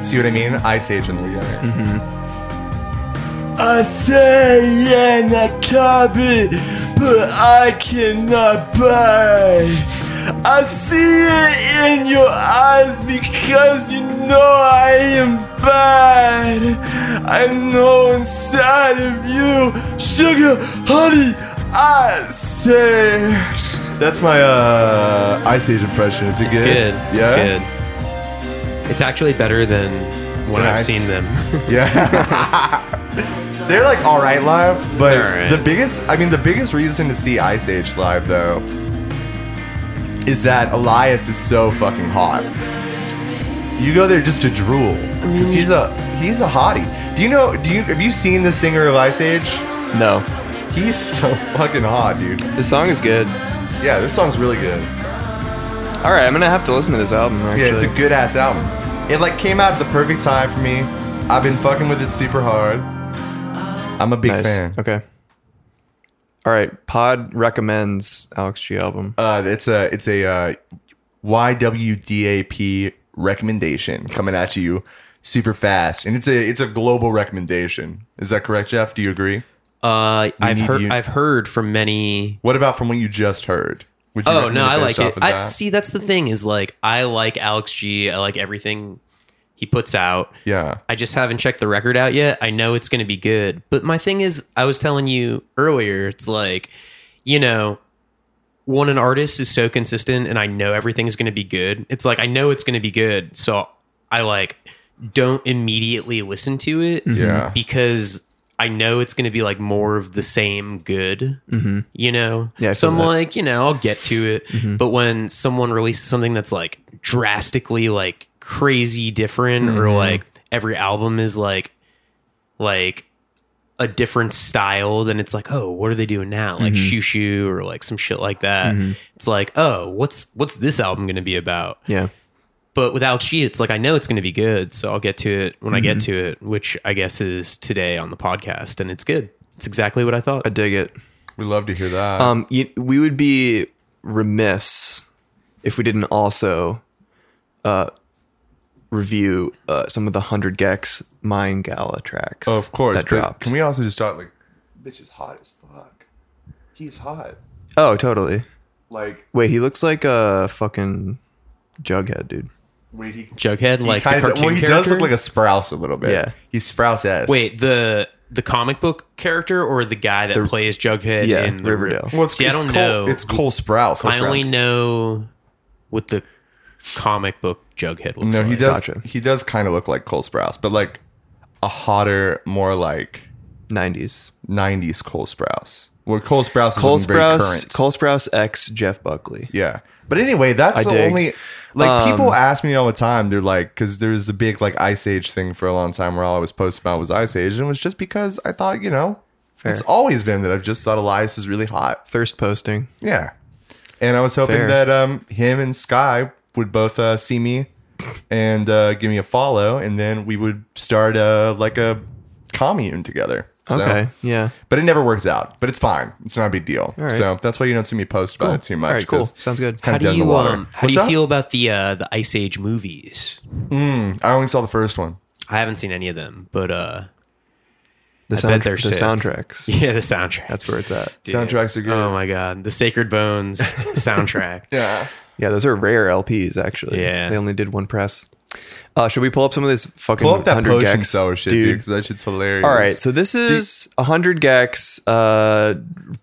See what I mean? Ice Age in the beginning. I say and I copy, but I cannot buy. I see it in your eyes because you know I am bad. I know inside of you, sugar, honey, I say. That's my uh, Ice Age impression. Is it It's good. It's good. It's actually better than when Yeah, I I've s- seen them. Yeah. They're like all right live, but They're all right. the biggest I mean the biggest reason to see Ice Age live though is that Elias is so fucking hot. You go there just to drool cuz he's a he's a hottie. Do you know do you have you seen the singer of Ice Age? no. He's so fucking hot, dude. The song is good. Yeah, this song's really good. All right, I'm gonna have to listen to this album. Actually. Yeah, it's a good ass album. It like came out at the perfect time for me. I've been fucking with it super hard. I'm a big nice. fan. Okay. All right. Pod recommends Alex G album. Uh, it's a it's a uh, YWDAP recommendation coming at you super fast, and it's a it's a global recommendation. Is that correct, Jeff? Do you agree? Uh, I've need heard. you- I've heard from many. What about from what you just heard? Would you Oh recommend no, I like based it. off of I that? see. That's the thing is like I like Alex G. I like everything he puts out. Yeah, I just haven't checked the record out yet. I know it's going to be good. But my thing is, I was telling you earlier, it's like, you know, when an artist is so consistent and I know everything's going to be good, it's like, I know it's going to be good. So I like don't immediately listen to it Yeah. because I know it's going to be like more of the same good, mm-hmm. you know? Yeah, I so feel I'm that. like, you know, I'll get to it. Mm-hmm. But when someone releases something that's like drastically like crazy different or Mm-hmm. like every album is like like a different style, then it's like, oh, what are they doing now? Like Mm-hmm. shoo shoo or like some shit like that. It's like, oh, what's what's this album gonna be about? Yeah. But with Alex G, it's like I know it's gonna be good, so I'll get to it when I Mm-hmm. get to it, which I guess is today on the podcast, and it's good. It's exactly what I thought. I dig it. we love to hear that. Um, you, we would be remiss if we didn't also uh, review uh, some of the Hundred Gex Mine Gala tracks. of course, that but dropped. can we also just talk like, bitch is hot as fuck. He's hot. oh, totally. Like, Wait, he looks like a fucking Jughead, dude. wait, he Jughead, like the kind cartoon of well, he character. does look like a Sprouse a little bit. Yeah. he's Sprouse ass. Wait, the the comic book character or the guy that plays Jughead yeah, in the Riverdale. well, it's, See, I it's don't Cole, know. It's Cole Sprouse. Cole I only Sprouse. know what the comic book Jughead looks No, like. he does. Gotcha. He does kind of look like Cole Sprouse, but like a hotter, more like Nineties. '90s Cole Sprouse. Where Cole Sprouse is Cole looking very Sprouse. current. Cole Sprouse X Jeff Buckley. yeah, but anyway, that's I the dig. only. Like Um, people ask me all the time, they're like, because there was the big like Ice Age thing for a long time, where all I was posting about was Ice Age, and it was just because I thought, you know, Fair. it's always been that I've just thought Elias is really hot. Thirst posting. Yeah. And I was hoping Fair. that um, him and Sky would both uh, see me and uh, give me a follow, and then we would start uh, like a commune together. So- Okay. Yeah. But it never works out. But it's fine. It's not a big deal. All right. So that's why you don't see me post about it too much. All right. Cool. 'cause Sounds good. kinda How do dead in the you water. um, how do What's you up? feel about the uh, the Ice Age movies? I only saw the first one. I haven't seen any of them, but uh, The, bet soundtrack- they're the sick. soundtracks. yeah, the soundtrack. That's where it's at. Soundtracks are good. Oh my god, the Sacred Bones soundtrack. yeah. Yeah, those are rare LPs actually. Yeah. They only did one press. Uh, should we pull up some of this fucking Pull up that 100 potion gex, sour shit, dude, because that shit's hilarious. All right, so this is 100 gex uh,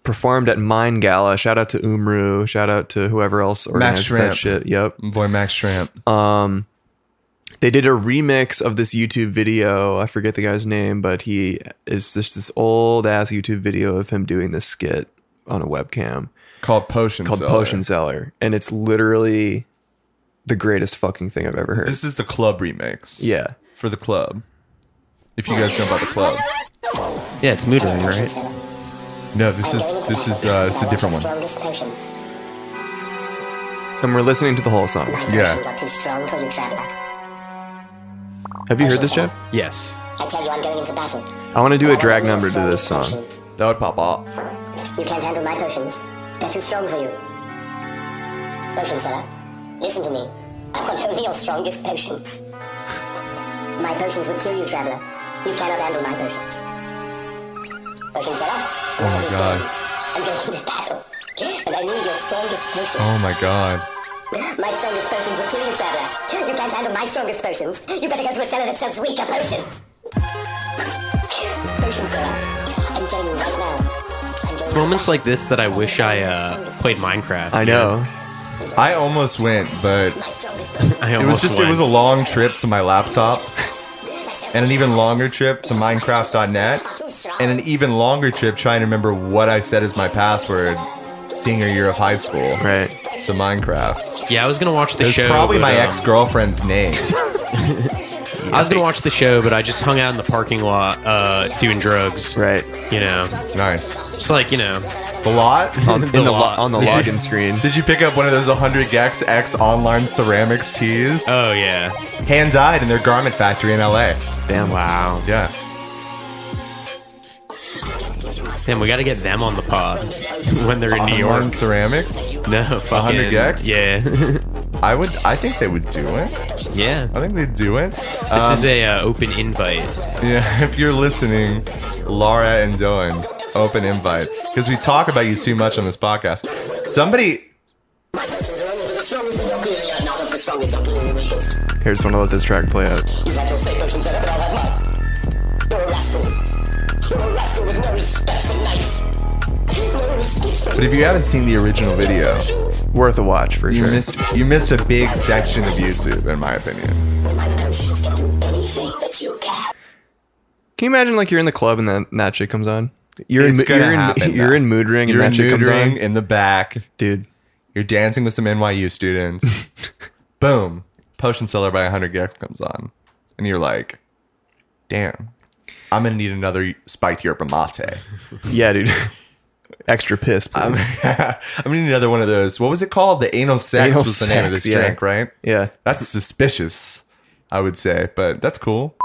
performed at Mine Gala. Shout out to Umru. Shout out to whoever else organized Schrampp. that shit. Yep. boy Max Tramp. They did a remix of this YouTube video. I forget the guy's name, but he is just this old ass YouTube video of him doing this skit on a webcam. called Potion called Cellar. Potion Cellar, and it's literally the greatest fucking thing I've ever heard. This is the club remix. yeah, For the club. If you guys know about the club. Yeah, it's mood ring, right? No, this is this is uh it's a different one. one. and we're listening to the whole song. Yeah. Are too strong for you, traveler. Have you heard this, Jeff? Yes. I tell you, I'm going into battle. I want to do a All drag your number to strong this song. potions. That would pop off. You can't handle my potions. They're too strong for you. Potion seller, listen to me. I want only your strongest potions. My potions would kill you, traveler. You cannot handle my potions. Potion seller. Oh my now it is God. done. I'm going into battle, and I need your strongest potions. Oh my god. My strongest potions will kill you, traveler. You can't handle my strongest potions. You better go to a cellar that sells weaker potions. Potion seller. I'm telling you right now. I'm going It's moments like this that I wish I uh, played Minecraft. I know. I almost went, but My strongest potions. I it was almost just it was a went. long trip to my laptop and an even longer trip to minecraft.net and an even longer trip trying to remember what I said as my password senior year of high school. Right. To Minecraft. Yeah, I was gonna watch the It's show. probably but, my um, ex girlfriend's name. I was gonna watch the show, but I just hung out in the parking lot uh, doing drugs. Right. You know, nice. just like you know, The lot? Um, On The the, in the lo- lot. on the login screen. Did you pick up one of those 100 Gex X online ceramics teas? oh yeah, Hand dyed in their garment factory in LA. Damn. Wow. Yeah. damn, we gotta get them on the pod when they're in New Online York. ceramics? No, fucking 100 gex? Yeah, I would, I think they would do it. yeah. I think they'd do it. This is a uh, open invite. Yeah, if you're listening, Laura and Dylan, open invite. Because we talk about you too much on this podcast. Somebody, Here's one. I'll let this track play out. but if you haven't seen the original video, Worth a watch for you sure. missed you missed a big section of YouTube, in my opinion. Can you imagine like you're in the club and then that shit comes on? You're in, It's gonna you're in, happen, you're though. in mood ring and You're that shit comes neutering on, in the back. dude. You're dancing with some NYU students. Boom. Potion Seller by 100 Gex comes on. And you're like, damn, I'm going to need another spiked yerba mate. Yeah, dude. Extra piss, please. I'm going to need another one of those. What was it called? The anal sex Anal was the name of sex, this yeah. drink, right? yeah. That's suspicious, I would say, but that's cool.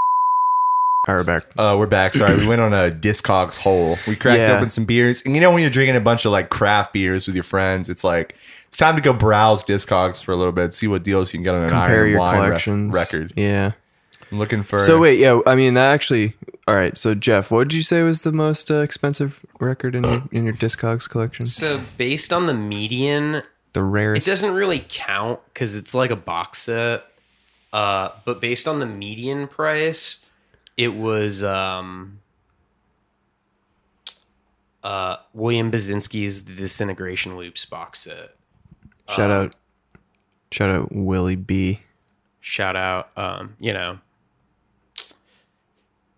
All right, back. Uh, we're back. Sorry, we went on a Discogs hole. We cracked Yeah. open some beers. And you know, when you're drinking a bunch of like craft beers with your friends, it's like, it's time to go browse Discogs for a little bit, see what deals you can get on an Compare Iron your Wine re- collections. record. Yeah. I'm looking for. So wait, yeah, I mean that actually. All right, so Jeff, what did you say was the most uh, expensive record in your, in your Discogs collection? So based on the median, The It rarest. doesn't really count because it's like a box set. Uh, but based on the median price, it was um, uh, William Basinski's The Disintegration Loops box set. uh, shout out, shout out Willie B. Shout out, um, you know.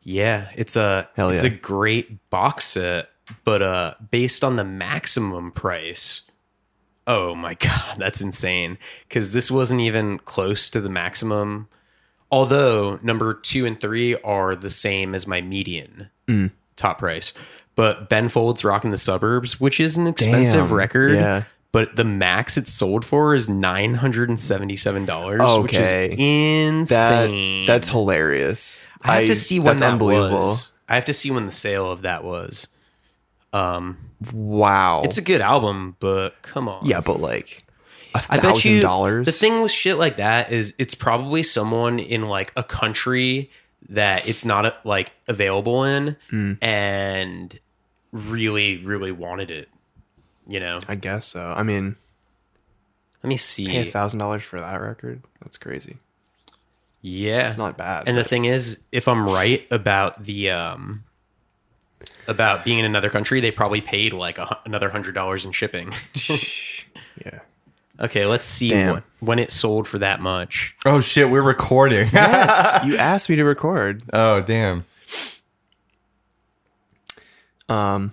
Yeah, it's a Hell it's yeah. a great box set, but uh, based on the maximum price, Oh my god, that's insane. Cause this wasn't even close to the maximum. Although number two and three are the same as my median Mm. top price. But Ben Folds Rockin' the Suburbs, which is an expensive Damn, record, yeah. but the max it's sold for is nine hundred and seventy-seven dollars, which Okay. is That insane. that's hilarious. I have to see when that's that was. I have to see when the sale of that was. Um, Wow. it's a good album, but come on, Oh. yeah, but like a I bet thousand you dollars. the thing with shit like that is it's probably someone in like a country that it's not uh, like available in Hmm. and really really wanted it. You know, I guess so. I mean, let me pay a see. thousand dollars for that record. That's crazy. Yeah, It's not bad. And the but- thing is, if I'm right about the um about being in another country, they probably paid like a, hu- another hundred dollars in shipping. yeah. okay, let's see Damn. what, when it sold for that much. Oh shit, we're recording. Yes, you asked me to record. oh damn. Um,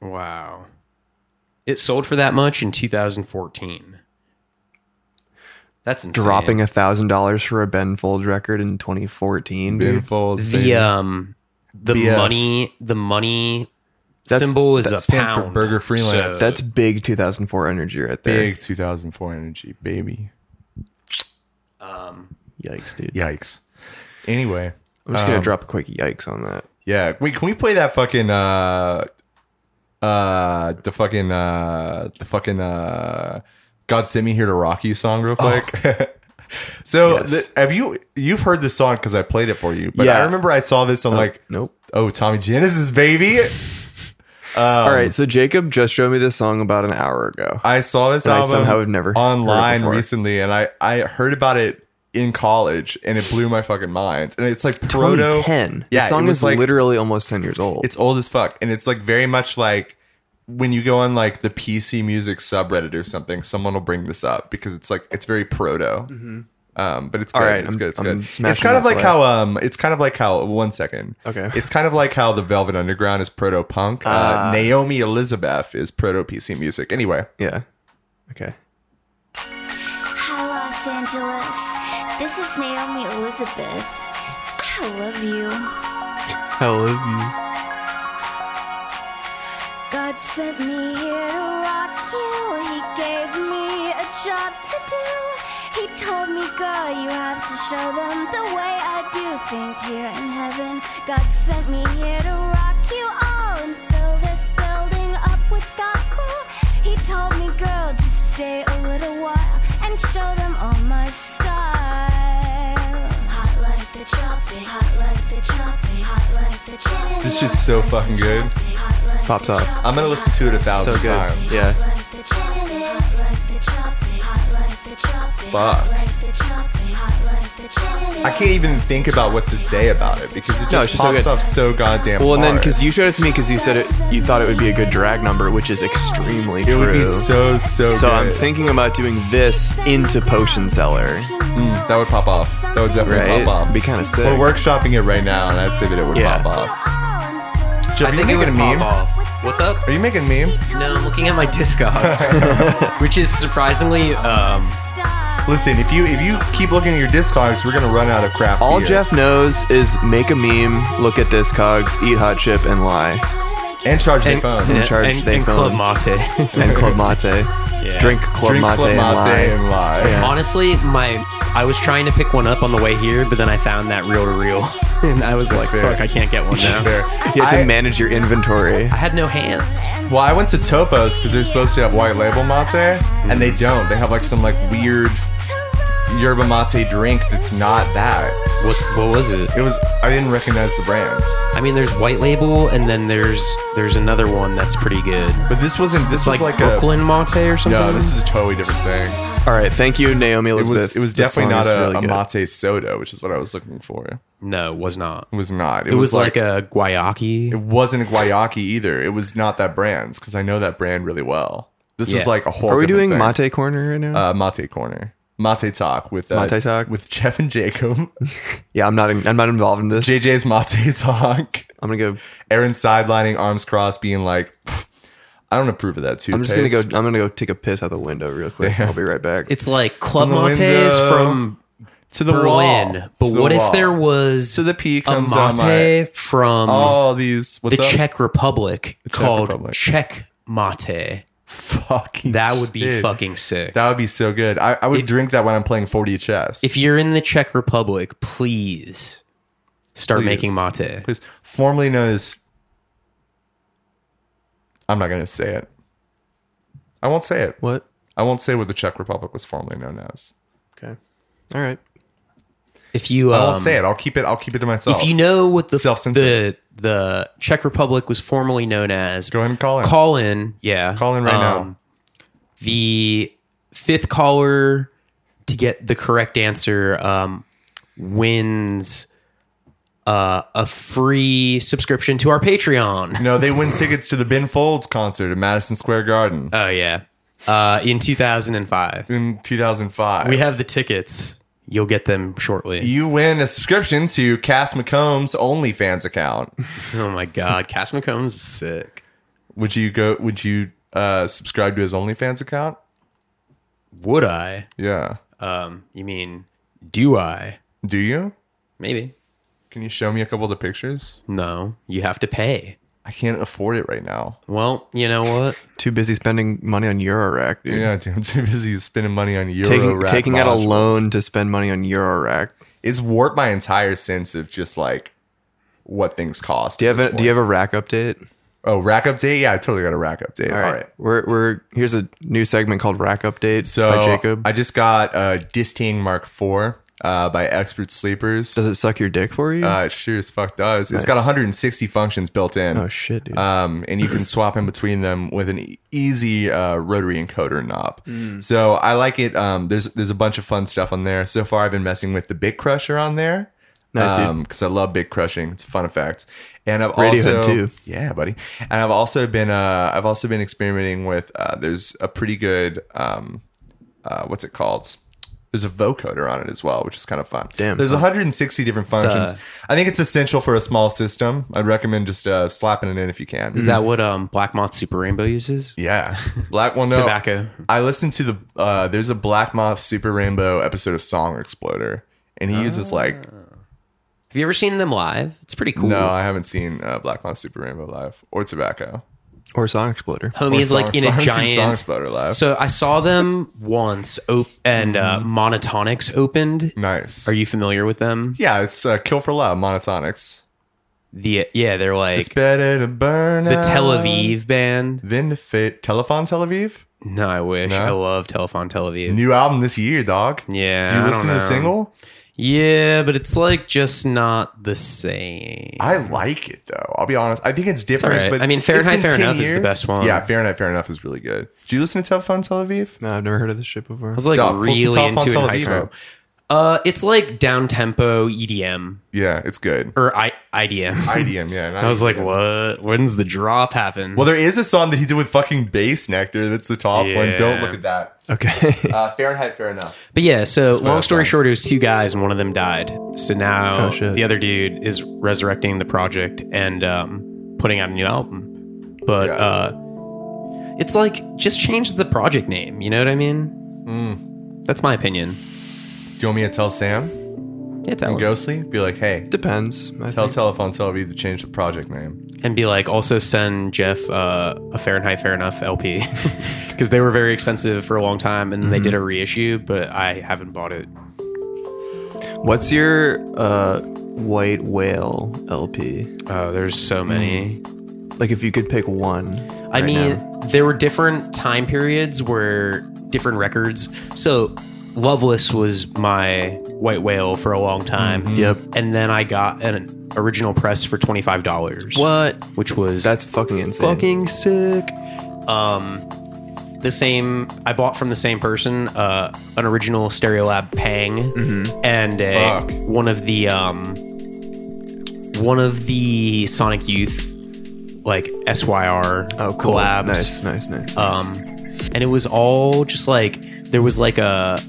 Wow, it sold for that much in 2014. That's insane. dropping a thousand dollars for a Ben Fold record in 2014, dude. Beautiful. the uh, um the BF. money the money That's- symbol is that a stands for pound, Burger Freelance. so- That's big 2004 energy right there. big 2004 energy, baby. Yikes, dude. Yikes. Anyway, um, I'm just gonna drop a quick yikes on that. yeah. Wait, can we play that fucking uh uh the fucking uh the fucking uh God sent me here to rock you song real quick? so Oh. Yes. th- have you you've heard this song because I played it for you? But I Yeah. remember I saw this on like Nope. oh Tommy Genesis baby. All Um, right, so Jacob just showed me this song about an hour ago. I saw this And I album somehow have never heard it online before. recently, and I I heard about it in college, and it blew my fucking mind. And it's like proto 2010. Yeah, the it song was is like- literally almost 10 years old. It's old as fuck, and it's like very much like when you go on like the PC music subreddit or something, someone will bring this up because it's like it's very proto. Um, but it's good. Mm-hmm. All right, it's I'm- good. It's I'm good. It's smashing kind of that like play. how um, it's kind of like how one second. Okay. It's kind of like how the Velvet Underground is proto punk. Uh, Ah. Naomi Elizabeth is proto PC music. Anyway, yeah. Okay. Hi, Los Angeles. This is Naomi Elizabeth. I love you. I love you. God sent me here to rock you. He gave me a job to do. He told me, girl, you have to show them the way I do things here in heaven. God sent me here to rock you all and fill this building up with gospel. He told me, girl, just stay a little while and show them all my style. Hot like the chopping, hot like the chopping, hot like the chopping. This shit's so fucking good. Pops off. I'm gonna listen to it a thousand So good. times. Yeah. Fuck. I can't even think about what to say about it because it No, just it's just so pops good. off so goddamn. Well, and then hard. because you showed it to me because you said it, you thought it would be a good drag number, which is extremely it true. would be so so. So good. I'm thinking about doing this into Potion Cellar, Hmm, that would pop off. That would definitely right? pop off. Be kind of sick. We're workshopping it right now, and I'd say that it would Yeah. pop off. I think it would pop off. Mm, What's up? Are you making a meme? No, I'm looking at my discogs, which is surprisingly. Um, Listen, if you if you keep looking at your discogs, we're gonna run out of crap. All beer. Jeff knows is make a meme, look at Discogs, eat hot chip, and lie. and charge their and, phone. In charge, and, they and phone. Club Mate. And Club Mate. Yeah. Drink Club Drink Mate Club and lie. Mate and lie. Yeah. Honestly, my I was trying to pick one up on the way here, but then I found that reel to reel, and I was like, fair. "Fuck, I can't get one now." You have to I- manage your inventory. I had no hands. Well, I went to Topos because they're supposed to have white label mate, and Mm-hmm. they don't. They have like some like weird yerba mate drink that's not that. What What was it? It was I didn't recognize the brand, I mean, there's White Label, and then there's there's another one that's pretty good. but this wasn't. This Like, was like Brooklyn Mate or a. something. No, this is a totally different thing. All right, thank you, Naomi It Elizabeth. was. It was That definitely song not is a, really good. a mate soda, which is what I was looking for. no, it was not. It was not. It, was, like, a guayaki. It wasn't guayaki either. It was not that brand because I know that brand really well. This was Yeah. like a whole. Are we different doing thing. Mate Corner right now? Uh, mate corner. Mate talk with uh, Mate talk? with Jeff and Jacob. yeah, I'm not. in- I'm not involved in this. JJ's mate talk. I'm gonna go. Aaron sidelining, arms crossed, being like, "I don't approve of that too." I'm just gonna go. I'm gonna go take a piss out the window real quick. I'll be right back. It's like Club From the Mate window is from to the Berlin, wall. but To the what if wall. there was So the pea a comes on my- mate from all these? What's the up? Czech Republic Czech called Republic. Czech Mate? fucking That would be shit. fucking sick. That would be so good. I, I would It- drink that when I'm playing 40 chess. if you're in the Czech Republic, please start Please. making mate. Please, formerly known as. I'm not going to say it. I won't say it. What? I won't say what the Czech Republic was formerly known as. Okay. All right. If you um, I won't say it. I'll keep it. I'll keep it to myself. If you know what the Self-censor. the the Czech Republic was formerly known as, Go ahead and call in. Call in, yeah, Um, Call in right now. The fifth caller to get the correct answer um, wins uh, a free subscription to our Patreon. no, they win tickets to the Ben Folds concert at Madison Square Garden Oh yeah, uh, in two thousand and five, in 2005. we have the tickets. You'll get them shortly. you win a subscription to Cass McCombs' OnlyFans account. oh my God, Cass McCombs is sick. Would you go? Would you uh, subscribe to his OnlyFans account? Would I? Yeah. Um, you mean do I? Do you? Maybe. Can you show me a couple of the pictures? No, you have to pay. I can't afford it right now. Well, you know what? Too busy spending money on Eurorack. Dude. Yeah, dude, I'm too busy spending money on Euro Taking rat taking out a modules. loan to spend money on Eurorack. It's warped my entire sense of just like what things cost. Do you at have a this Do you point. have a rack update? Oh, rack update? Yeah, I totally got a rack update. All All right. We're we're here's a new segment called Rack Update So by Jacob. I just got a Disting Mark IV uh, by Expert Sleepers. Does it suck your dick for you? uh, it sure as fuck does. It's got 160 functions built in. oh shit, dude. um, and you can swap in between them with an e- easy uh, rotary encoder knob. Mm. So I like it. Um, there's there's a bunch of fun stuff on there. So far, I've been messing with the Bit Crusher on there. Nice, dude. Because I love bit crushing. It's a fun effect. And I've Radiohead, also too. yeah, buddy. And I've also been uh, I've also been experimenting with. Uh, there's a pretty good um, uh, what's it called? There's a vocoder on it as well, which is kind of fun. Damn. uh, There's 160 different functions. I think it's essential for a small system. I'd recommend just uh, slapping it in if you can. Is that what um Black Moth Super Rainbow uses? Yeah, Black Well, no. Tobacco. I listened to the uh, there's a Black Moth Super Rainbow episode of Song Exploder, and he Ah. uses like Have you ever seen them live? It's pretty cool. no, I haven't seen uh, Black Moth Super Rainbow live or Tobacco. or Song Exploder. Homie Or is Song- like in I a haven't seen Song giant. Exploder live. So I saw them once, op- and uh, Monotonics opened. nice. Are you familiar with them? yeah, it's uh, Kill for Love, Monotonics. The yeah, they're It's like better to burn the out Tel Aviv band. than to fit Telephone Tel Aviv. No, I wish No? I love Telephone Tel Aviv. New album this year, dog. Yeah, Did you I listen don't to the know. single? yeah, but it's like just not the same. I like it though. I'll be honest. I think it's different. all right. But I mean, it's Fahrenheit, been Fair 10 Enough is the years. best one. Yeah, Fahrenheit, Fair Enough is really good. Do you listen to Telephone Tel Aviv? No, I've never heard of this shit before. I was like Duh, pull some really Telephone into it in Tel high Aviv. school. Uh, it's like down tempo EDM Yeah, it's good. or I- IDM. IDM, yeah. not I was like, EDM. what? When's the drop happen? E Well, there is a song that he did with fucking Bass Nectar. That's the top one. Don't Yeah. look at that. okay. Uh, Fahrenheit, Fair Enough. but yeah, so what I long story thought. short, it was two guys and one of them died. So now Oh, shit. the other dude is resurrecting the project and um, putting out a new album. But Yeah. uh, it's like just change the project name. You know what I mean? That's my opinion. Do you want me to tell Sam Yeah, tell and him. Ghostly? Be like, hey, Depends. I tell think. Telephone Tel Aviv to change the project name. and be like, also send Jeff uh, a Fahrenheit Fair Enough LP because they were very expensive for a long time, and then they did a reissue, but I haven't bought it. What's your uh, white whale LP? Oh, there's so many. Like if you could pick one. I right mean, now. there were different time periods where different records. So, Loveless was my white whale for a long time. Mm-hmm. Yep. and then I got an original press for twenty five dollars. what? Which was That's fucking insane. fucking sick. Um, the same. I bought from the same person uh, an original Stereolab Pang and a, Fuck. one of the um, one of the Sonic Youth like SYR oh, cool. collabs. Nice, nice, nice. nice. Um, and it was all just like there was like a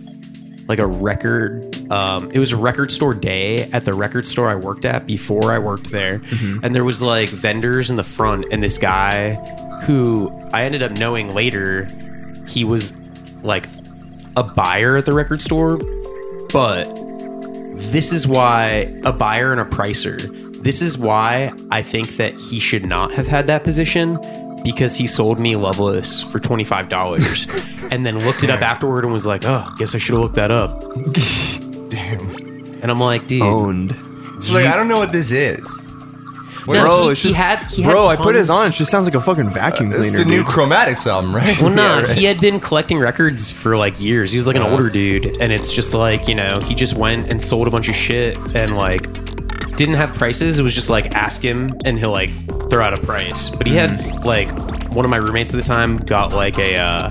like a record. Um, it was a record store day at the record store I worked at before I worked there, and there was like vendors in the front, and this guy who I ended up knowing later, he was like a buyer at the record store, but this is why a buyer and a pricer. This is why I think that he should not have had that position because he sold me Loveless for twenty five dollars, and then looked it up afterward and was like, "Oh, guess I should have looked that up." Damn. And I'm like, "Dude, Owned. Like, I don't know what this is. No, bro, he- it's he just, had- he had bro. I put his tons- on. It just sounds like a fucking vacuum cleaner. This is the new dude. Chromatics album, right? Well, nah, Yeah, right. Uh-huh. he had been collecting records for like years. He was like an older dude, and it's just like you know, he just went and sold a bunch of shit and like didn't have prices. It was just like ask him, and he'll like throw out a price. But he Mm. had like one of my roommates at the time got like a uh,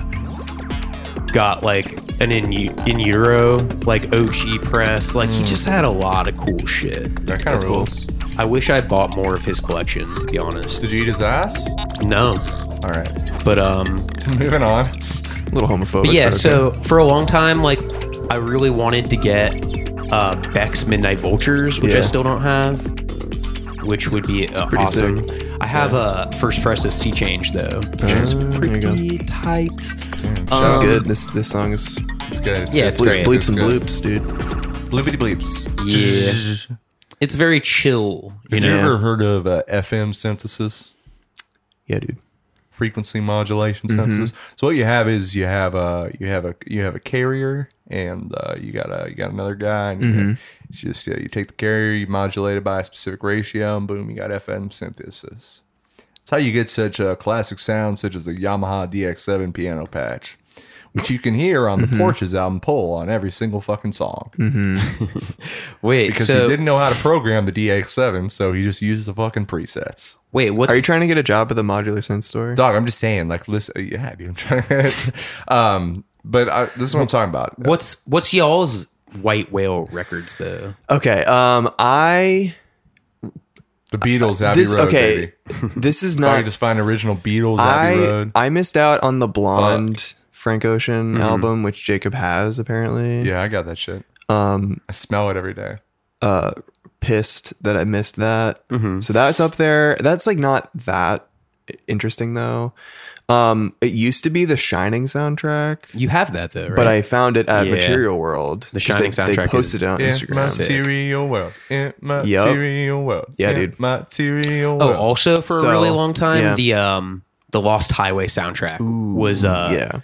got like an in u- in euro like OG press. Like Mm. he just had a lot of cool shit. That kind of rules. I wish I bought more of his collection, to be honest. Did you eat his ass? No, All right. but um, Moving on. a little homophobic. But yeah, but okay. so for a long time, like I really wanted to get uh, Beck's Midnight Vultures, which I Yeah. still don't have, which would be uh, pretty awesome. I have a first press of Sea Change though, which is Uh, there you go. pretty tight. this Um, is good. This this song is It's good. It's Yeah, good. it's bleep, great. bleeps It's and good. bloops, dude. Bloopity bleeps. Yeah, it's very chill. You Have know, you ever heard of uh, FM synthesis? Yeah, dude. frequency modulation synthesis. So what you have is you have a you have a you have a carrier and uh, you got a you got another guy and you it's just uh, you take the carrier, you modulate it by a specific ratio, and boom, you got FM synthesis. It's how you get such a classic sound such as the Yamaha DX7 piano patch, which you can hear on the Porches album Pull on every single fucking song wait, because so he didn't know how to program the DX7, so he just uses the fucking presets. wait, what's Are you trying to get a job at the modular synth store? Dog, I'm just saying, like, listen, uh, yeah, dude, I'm trying to. um, but I, this is what I'm talking about. what's what's y'all's White Whale records though? Okay. Um, I The Beatles, Abbey this Road, okay. baby. this is If I not. could just find original Beatles, Abbey I Road. I missed out on the blonde Frank Ocean album, which Jacob has apparently. yeah, I got that shit. Um, I smell it every day. pissed that I missed that. So that's up there. That's like not that interesting though. Um, it used to be the Shining soundtrack. You have that though, right? But I found it at Yeah. Material World. The 'cause Shining they, soundtrack They is posted it on In Instagram. material world. In Yup. material world. Yeah, in dude. Material Oh, world. also for So, a really long time, yeah. the um the Lost Highway soundtrack was uh yeah.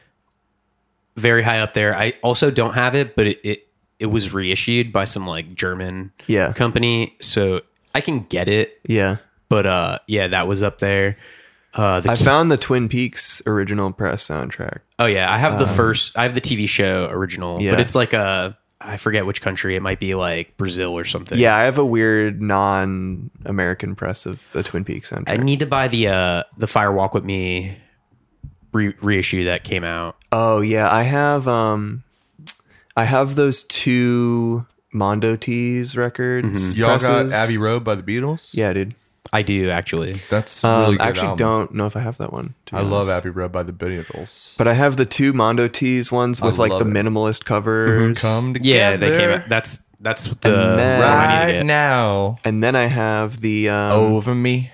very high up there. I also don't have it, but it it, it was reissued by some like German Yeah. company, so I can get it. Yeah. But uh, yeah, that was up there. Uh, the I found the Twin Peaks original press soundtrack. oh yeah, I have the first. I have the TV show original, Um, yeah. but it's like a I forget which country. It might be like Brazil or something. Yeah, I have a weird non American press of the Twin Peaks soundtrack. I need to buy the uh the Fire Walk with Me re- reissue that came out. oh yeah, I have um I have those two Mondo Tees records. Mm-hmm. y'all got presses. Abbey Road by the Beatles. Yeah, dude. I do actually. that's a Um, really good. I actually album. don't know if I have that one. to be I love honest. Abbey Road by the Beatles. But I have the two Mondo Tees ones with like love the it. minimalist covers. Mm-hmm. Come together. Yeah, they came out. That's that's the then- one I need to right get. now. And then I have the um, Over me.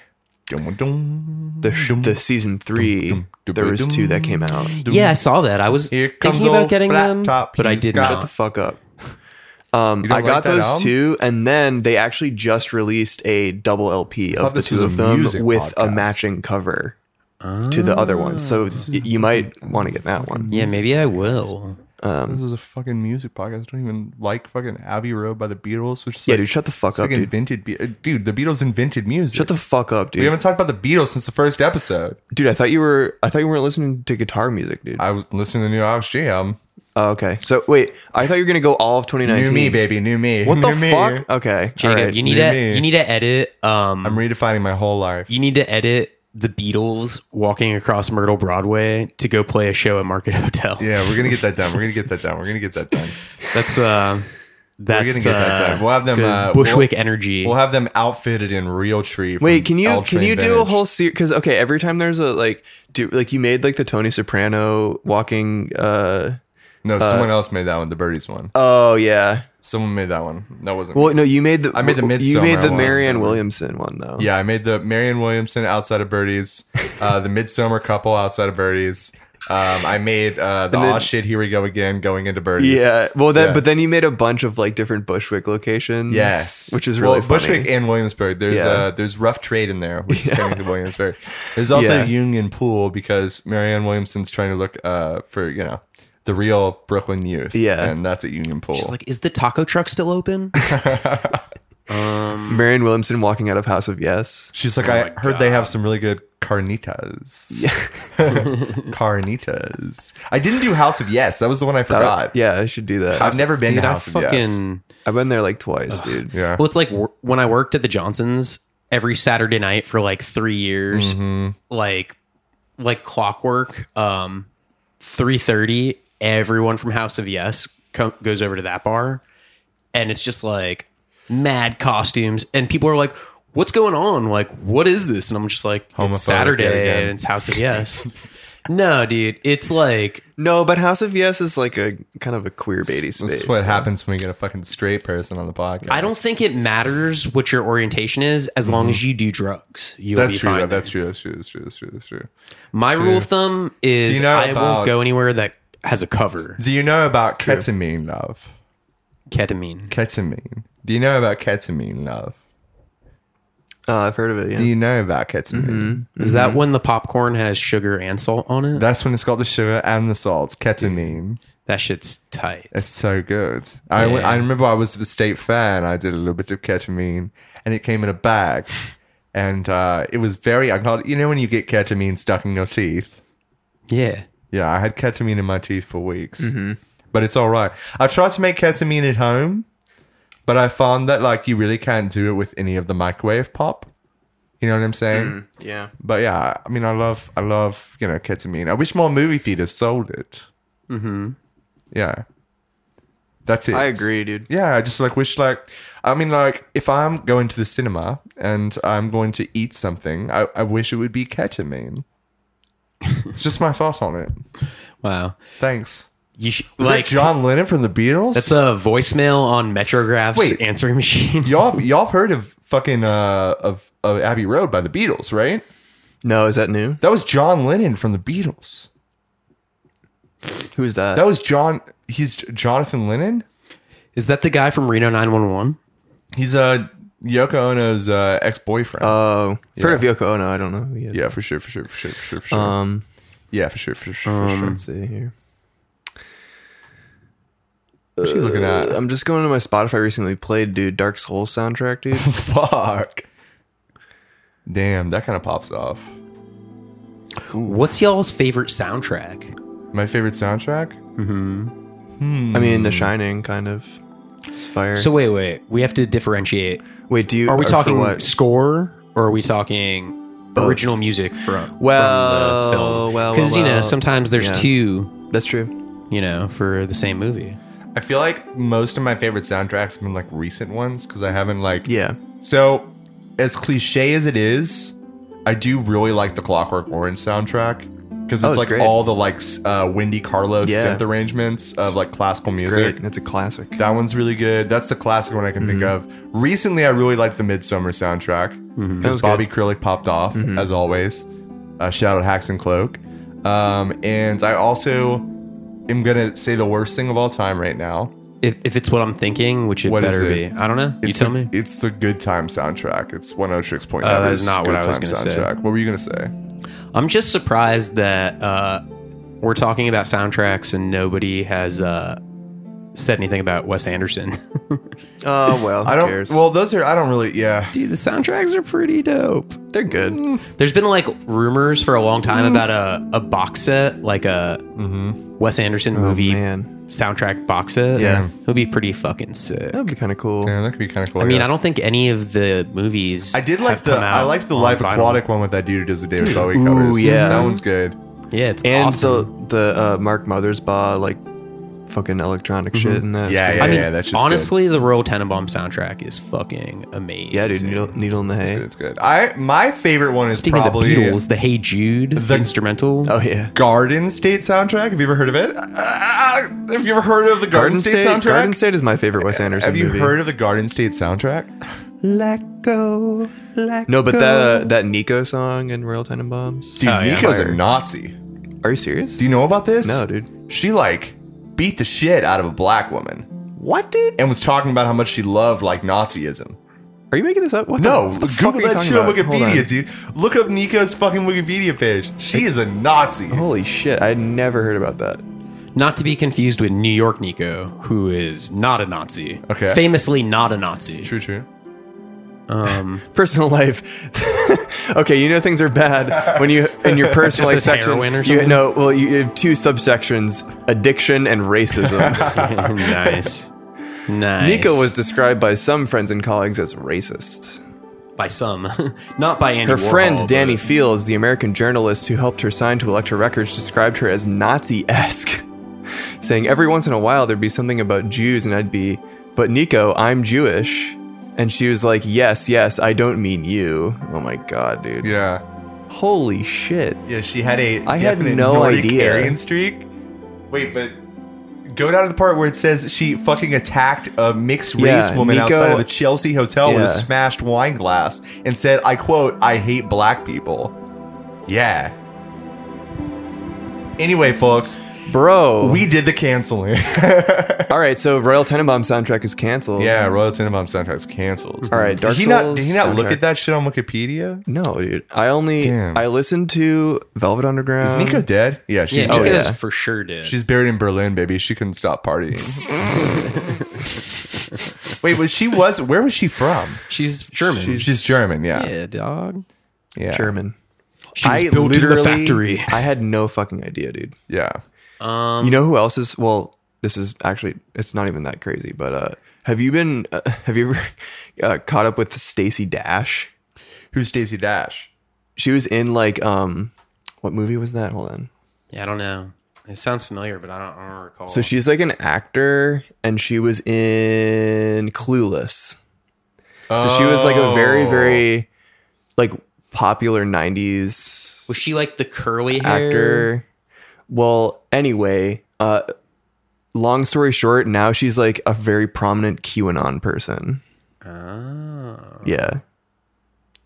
Dum, dum, the sh- dum. the season three. dum, dum, There was two that came out. Yeah, I saw that. I was Here comes thinking about old getting flat them, top. but I He's did got Shut the not. fuck up. Um, You don't I got like that those album? two, and then they actually just released a double LP thought of the this was two a of them music with a podcast. Ah. matching cover to the other one. So y- you might want to get that one. Yeah, maybe I will. This is a fucking music podcast. I don't even like fucking Abbey Road by the Beatles, which is Yeah, like, dude, shut the fuck it's up, like dude. invented, be- uh, dude. The Beatles invented music. Shut the fuck up, we dude. haven't talked about the Beatles since the first episode. Dude, I thought you were I thought you weren't listening to guitar music, dude. I was listening to the new Alex G album. Oh, okay. So wait, I thought you were gonna go all of 2019. New um, me, baby, new me. What the New me. fuck? Okay, Jacob, all right. you need you to mean? you need to edit. Um, I'm redefining my whole life. you need to edit the Beatles walking across Myrtle Broadway to go play a show at Market Hotel. Yeah, we're gonna get that done. We're gonna get that done. We're gonna get that done. that's uh, that's we're gonna get that done. uh, We'll have them. Uh, Bushwick We'll, Energy. we'll have them outfitted in real tree. from Wait, can you L can Train you do a Vintage. whole series? Because okay, every time there's a like, do like you made like the Tony Soprano walking. uh No, someone else made that one. The birdies one. Oh yeah. someone made that one. That wasn't. me. Well, no, you made the I made the you Midsommar made the one, Marianne so- Williamson one though. Yeah, I made the Marion Williamson outside of Birdies, uh, the Midsummer couple outside of Birdies, Um, I made uh, the And then- aw shit. Here we go again, going into birdies. Yeah. Well, then, Yeah. but then you made a bunch of like different Bushwick locations. Yes, Which is really well, funny. Bushwick and Williamsburg. There's Yeah. uh, there's rough trade in there, which is going to Williamsburg. There's also Yeah. Union Pool because Marianne Williamson's trying to look uh, for you know the real Brooklyn youth. Yeah. and that's at Union Pool. She's like, is the taco truck still open? Marion Williamson walking out of House of Yes. She's Oh like, I heard they have some really good carnitas. carnitas. I didn't do House of Yes. That was the one I That- forgot. Uh, yeah, I should do that. I've never been Dude, to I House of Yes. fucking. I've been there like twice, dude. Yeah. Well, it's like wor- when I worked at the Johnsons every Saturday night for like three years, Mm-hmm. like like clockwork. Um, three thirty, everyone from House of Yes co- goes over to that bar, and it's just like mad costumes, and people are like. What's going on? Like, what is this? And I'm just like, Homophobic it's Saturday yet again. and it's House of Yes. no, dude, it's like No, but House of Yes is like a kind of a queer baity space. That's what happens when we get a fucking straight person on the podcast. I don't think it matters what your orientation is as long as you do drugs. You'll Mm-hmm. That's be true, fine though. there. That's true. That's true. That's true. That's true. That's true. My True. rule of thumb is Do you know I about- won't go anywhere that has a cover. Do you know about ketamine, love? Ketamine. Ketamine. Do you know about ketamine, love? Uh, I've heard of it. Yeah. Do you know about ketamine? Mm-hmm. Is that when the popcorn has sugar and salt on it? That, That's when it's got the sugar and the salt. Ketamine. shit's tight. It's so good. I, went- Yeah. I remember I was at the state fair and I did a little bit of ketamine and it came in a bag. And uh, it was very uncomfortable. You know when you get ketamine stuck in your teeth? Yeah. Yeah, I had ketamine in my teeth for weeks. But it's all right. I've tried to make ketamine at home, but I found that like you really can't do it with any of the microwave pop. You know what I'm saying? yeah. But yeah, I mean, I love, I love, you know, ketamine. I wish more movie theaters sold it. Mm-hmm. Yeah, that's it. I agree, dude. Yeah, I just like wish, like, I mean, like, if I'm going to the cinema and I'm going to eat something, I, I wish it would be ketamine. it's just my thought on it. Wow. Thanks. You sh- Is like that John Lennon from the Beatles? that's a voicemail on Metrograph's Wait. answering machine. y'all. Y'all have heard of fucking uh of, of Abbey Road by the Beatles, right? No, is that new? That was John Lennon from the Beatles. Who's that? That was John. He's Jonathan Lennon. Is that the guy from Reno 911? He's uh, Yoko Ono's uh, ex boyfriend. Oh, heard of Yoko Ono? I don't know who he is. yeah, for sure, for sure, for sure, for sure, for sure. uh, Um, yeah, for sure, for sure, for sure. let's see here. What's she looking at? Uh, I'm just going to my Spotify recently played, dude. Dark Souls soundtrack, dude. Fuck. Damn, that kind of pops off. What's y'all's favorite soundtrack? My favorite soundtrack. I mean, Hmm. The Shining, kind of. It's fire. So wait, wait. We have to differentiate. wait, do you? Are we for talking what? score or are we talking original music from, Well, from the film? well, because you well, know well. sometimes there's Yeah. two, That's true. you know, for the same movie. I feel like most of my favorite soundtracks have been like recent ones because I haven't like. Yeah. So, as cliche as it is, I do really like the Clockwork Orange soundtrack because Oh, it's it's like great. all the like s- uh, Wendy Carlos Yeah. synth arrangements of like classical It's music. great. That's a classic. That one's really good. That's the classic one I can think of. Recently, I really liked the Midsummer soundtrack because That was Bobby Krillick popped off as always. Uh, shout out Hacks and Cloak. Um, and I also am gonna say the worst thing of all time right now. If, if it's what I'm thinking, which it What is better be. it? I don't know. It's you tell the, me. It's the Good Time soundtrack. It's 106.9. Oh, that is not what I was gonna say. What were you gonna say? I'm just surprised that uh, we're talking about soundtracks and nobody has uh, said anything about Wes Anderson. Oh well, who I don't. Cares? Well, those are. I don't really. Yeah. Dude, the soundtracks are pretty dope. they're good. mm, There's been like rumors for a long time Mm-hmm. about a, a box set, like a Wes Anderson Oh, movie man. soundtrack box set. Yeah. It'll be pretty fucking sick. That'd be kind of cool. Yeah, that could be kind of cool. I mean, I guess. don't think any of the movies. I did have like the. come out I like the on Life vinyl. Aquatic one with that dude who does the David Bowie covers. yeah. that one's good. Yeah, it's And awesome. the the uh, Mark Mothersbaugh like fucking electronic shit and that. Mm-hmm. Yeah, yeah, I mean, yeah. That shit's good. honestly, the Royal Tenenbaum soundtrack is fucking amazing. yeah, dude. Needle, needle in the hay. It's good. I my favorite one is Speaking probably of the Beatles, the Hey Jude The- instrumental. Oh yeah. Garden State soundtrack. Have you ever heard of it? Uh, have you ever heard of the Garden, State, soundtrack? Garden State is my favorite Wes Anderson have you movie. heard of the Garden State soundtrack? Let go, let No, but that uh, that Nico song and Royal Tenenbaums. Dude, Oh, yeah. Nico's a Fire. Nazi. Are you serious? Do you know about this? no, dude. She like beat the shit out of a black woman What, dude? and was talking about how much she loved like Nazism. Are you making this up? What No, the, what the fuck Google are you that talking shit on about? Hold Wikipedia, dude. Look up Nico's fucking Wikipedia page. She is a Nazi. Holy shit! I had never heard about that. Not to be confused with New York Nico, who is not a Nazi. Okay. Famously not a Nazi. True, true. Um, Personal life. okay, you know things are bad when you in your personal life Just says section. heroin or You something? know, well, you have two subsections: addiction and racism. nice. Nice. Nico was described by some friends and colleagues as racist. by some, not by Andy Her Warhol, friend but- Danny Fields, the American journalist who helped her sign to Elektra Records, described her as Nazi esque, saying every once in a while there'd be something about Jews, and I'd be, but Nico, I'm Jewish. And she was like, Yes, yes, I don't mean you. Oh my god, dude. Yeah. Holy shit. Yeah, she had a I had definite no Nordic idea. Aryan streak. Wait, but go down to the part where it says she fucking attacked a mixed race Yeah, woman Nico- outside of the Chelsea hotel with Yeah. a smashed wine glass and said, I quote, I hate black people. Yeah. Anyway, folks, Bro. we did the canceling. All right, so Royal Tenenbaum soundtrack is canceled. yeah, Royal Tenenbaum soundtrack's canceled. All right, Dark did he not, Souls did he not look soundtrack. at that shit on Wikipedia? No, dude. I only Damn. I listened to Velvet Underground. Is Nico dead? Oh, Yeah, Yeah, she's Nico dead. yeah. is for sure dead. She's buried in Berlin, baby. She couldn't stop partying. Wait, was she was where was she from? she's German. She's German, yeah. Yeah. yeah, dog. German. She was built in the factory. I had no fucking idea, dude. Yeah. you know who else is? Well, this is actually it's not even that crazy, but uh, have you been? Uh, have you ever uh, caught up with Stacy Dash? Who's Daisy Dash? She was in like um, what movie was that? Hold on. Yeah, I don't know. It sounds familiar, but I don't, I don't recall. So she's like an actor, and she was in Clueless. So she was like a very, very like popular '90s was she like the curly hair? actor. Well, anyway, uh, long story short, now she's like a very prominent QAnon person. Oh, Yeah,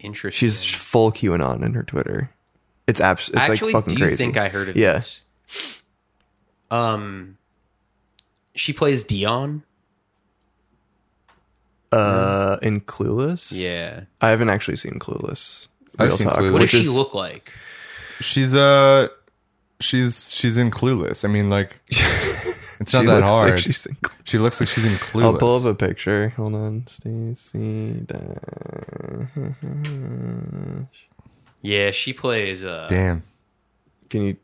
interesting. she's full QAnon in her Twitter. It's abs- It's Actually, like fucking do you crazy. think I heard of Yeah. this? Um, she plays Dion. uh, in Clueless, Yeah. I haven't actually seen Clueless. I've seen Clueless. What Which does is- she look like? She's uh she's she's in Clueless. I mean like it's She not that looks hard. Like she's in Clueless. she looks like she's in Clueless. I'll pull up a picture. Hold on, Stacy. Dash. Yeah, she plays. Uh, Damn. Can you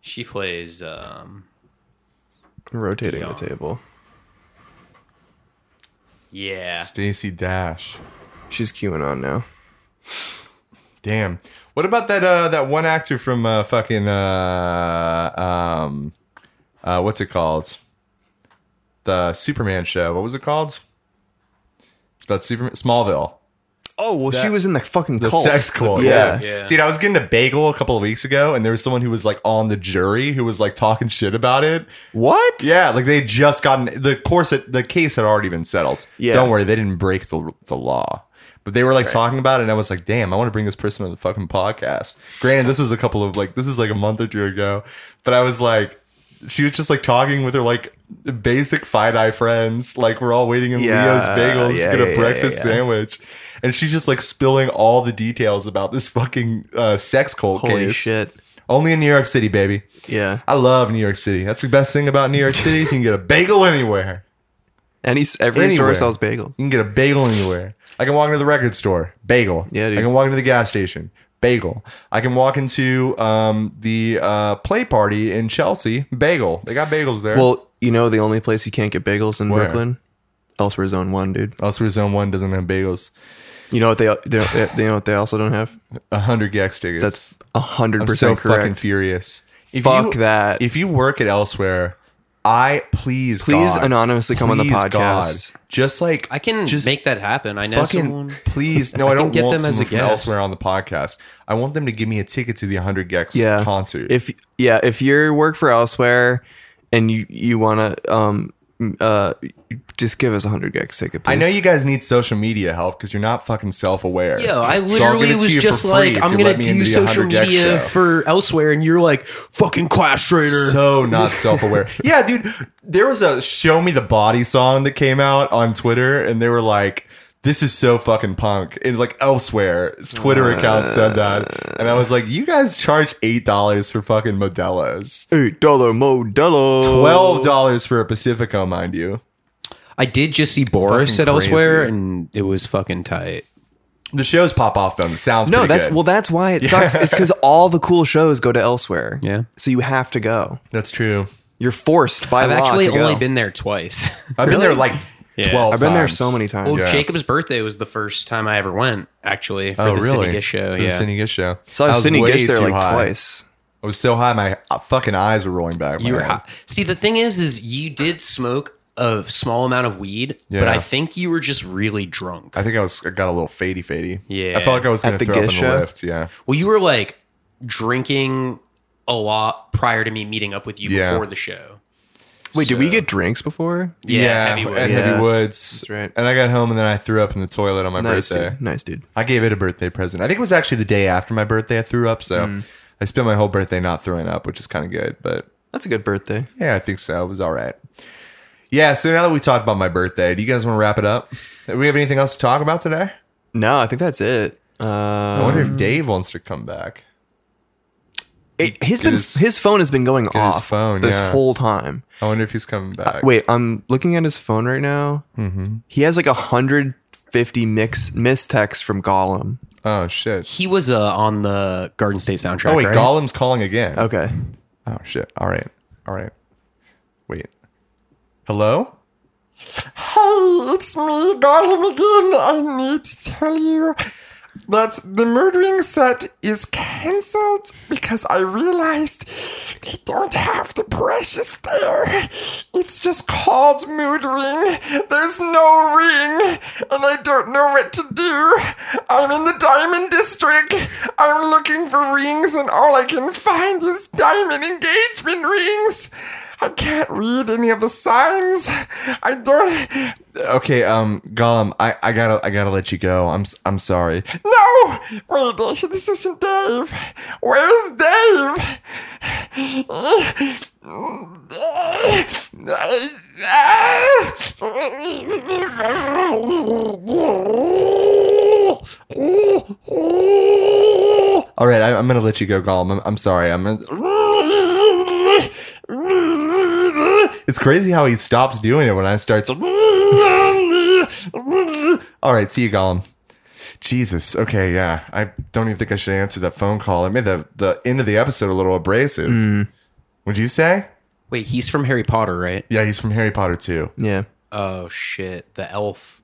she plays. Um, I'm rotating Yeah. the table? yeah. Stacy Dash. She's QAnon now. Damn. What about that uh that one actor from uh fucking uh um uh what's it called? The Superman show. What was it called? It's about Superman Smallville. Oh well, she That- was in the fucking The cult. sex cult. Yeah. Yeah. Yeah. Dude, I was getting a bagel a couple of weeks ago and there was someone who was like on the jury who was like talking shit about it. What? Yeah, like they had just gotten the course that the case had already been settled. Yeah. Don't worry, they didn't break the, the law. But they were like talking about it, and I was like, damn, I want to bring this person on the fucking podcast. Granted, this was a couple of like this is like a month or two ago. But I was like, she was just like talking with her like basic fine eye friends. Like we're all waiting in Yeah, Leo's bagels yeah, to get yeah, a yeah, breakfast yeah. sandwich. And she's just like spilling all the details about this fucking uh, sex cult Holy case. shit. Only in New York City, baby. Yeah. I love New York City. That's the best thing about New York City is you can get a bagel anywhere. Any every Anywhere. store sells bagels. You can get a bagel anywhere. I can walk into the record store, bagel. Yeah, dude. I can walk into the gas station, bagel. I can walk into um, the uh, play party in Chelsea, bagel. They got bagels there. Well, you know the only place you can't get bagels in Where? Brooklyn, elsewhere zone one, dude. also, Zone One doesn't have bagels. You know what they they, don't- they know what they also don't have? A hundred gex tickets. That's a hundred I'm so percent fucking correct. furious. If Fuck you, that. If you work at elsewhere, I please Please God, anonymously come on the please, God, podcast. just like I can just make that happen. I know fucking someone. please no i, I can don't get want them as a someone from guest. elsewhere on the podcast i want them to give me a ticket to the 100 gex Yeah. concert If yeah, if you work for elsewhere and you you want to um uh, just give us 100 gigs. Take it. I know please. you guys need social media help because you're not fucking self-aware. Yo, I So I'll give literally it to was you for just free like, if I'm you gonna let me into do the social 100 Gex media show. for elsewhere, and you're like, fucking class trader. so not self-aware. yeah, dude, there was a "Show Me the Body" song that came out on Twitter, and they were like, "This is so fucking punk." And like elsewhere, its Twitter Uh, account said that, and I was like, "You guys charge eight dollars for fucking Modelo's, eight dollar Modelo. twelve Oh. dollars for a Pacifico, mind you." I did just see Boris at Fucking crazy. elsewhere, and it was fucking tight. The shows pop off though. and The sounds No, pretty that's good. well. That's why it sucks. It's because all the cool shows go to elsewhere. Yeah. So you have to go. that's true. You're forced by I've law actually to go. only been there twice. I've been there like Yeah. twelve. I've been there times. so many times. well, Yeah. Jacob's birthday was the first time I ever went, actually, for Oh, the really? Cine Gish show. For yeah. the Cine Gish show. So I I've was seen you way get there too like high. twice. I was so high, my uh, fucking eyes were rolling back. you were high. hot. See, the thing is, is you did smoke a small amount of weed, but Yeah. I think you were just really drunk. I think I was I got a little fady fady. Yeah. I felt like I was gonna At the throw up in gish the show? lift. Yeah. Well, you were like drinking a lot prior to me meeting up with you Yeah. before the show. Wait, did we get drinks before? Yeah, Heavy at Woods. Heavy Yeah. Woods. That's right. And I got home and then I threw up in the toilet on my Nice birthday. dude. Nice dude. I gave it a birthday present. I think it was actually the day after my birthday I threw up, so Mm. I spent my whole birthday not throwing up, which is kinda good, but That's a good birthday. yeah, I think so. It was all right. Yeah, so now that we talked about my birthday, do you guys want to wrap it up? Do we have anything else to talk about today? No, I think that's it. Uh, I wonder if Dave wants to come back. it- he's get been his- his phone has been going his off phone, this yeah. whole time. I wonder if he's coming back. Wait, I'm looking at his phone right now. Mm-hmm. He has like 150 mix missed texts from Gollum. Oh shit. He was uh, on the Garden State soundtrack. Oh wait, right? Gollum's calling again. Okay. Oh shit. All right. All right. Wait. Hello? Hey, it's me, Gollum again. I need to tell you that the murdering set is cancelled because I realized they don't have the precious there. It's just called murdering. There's no ring, and I don't know what to do. I'm in the diamond district. I'm looking for rings, and all I can find is diamond engagement rings. I can't read any of the signs. I don't. Okay, um Gollum, I, I got to I got to let you go. I'm s- I'm sorry. No! Wait, actually, this isn't Dave. Where's Dave? All right, I, I'm going to let you go, Gollum. I'm, I'm sorry. I'm gonna- It's crazy how he stops doing it when I start. to- All right, see you, Gollum. Jesus. Okay, yeah. I don't even think I should answer that phone call. I made the the end of the episode a little abrasive. Would you say? Wait, he's from Harry Potter, right? Yeah, he's from Harry Potter too. Yeah. Oh shit, the elf.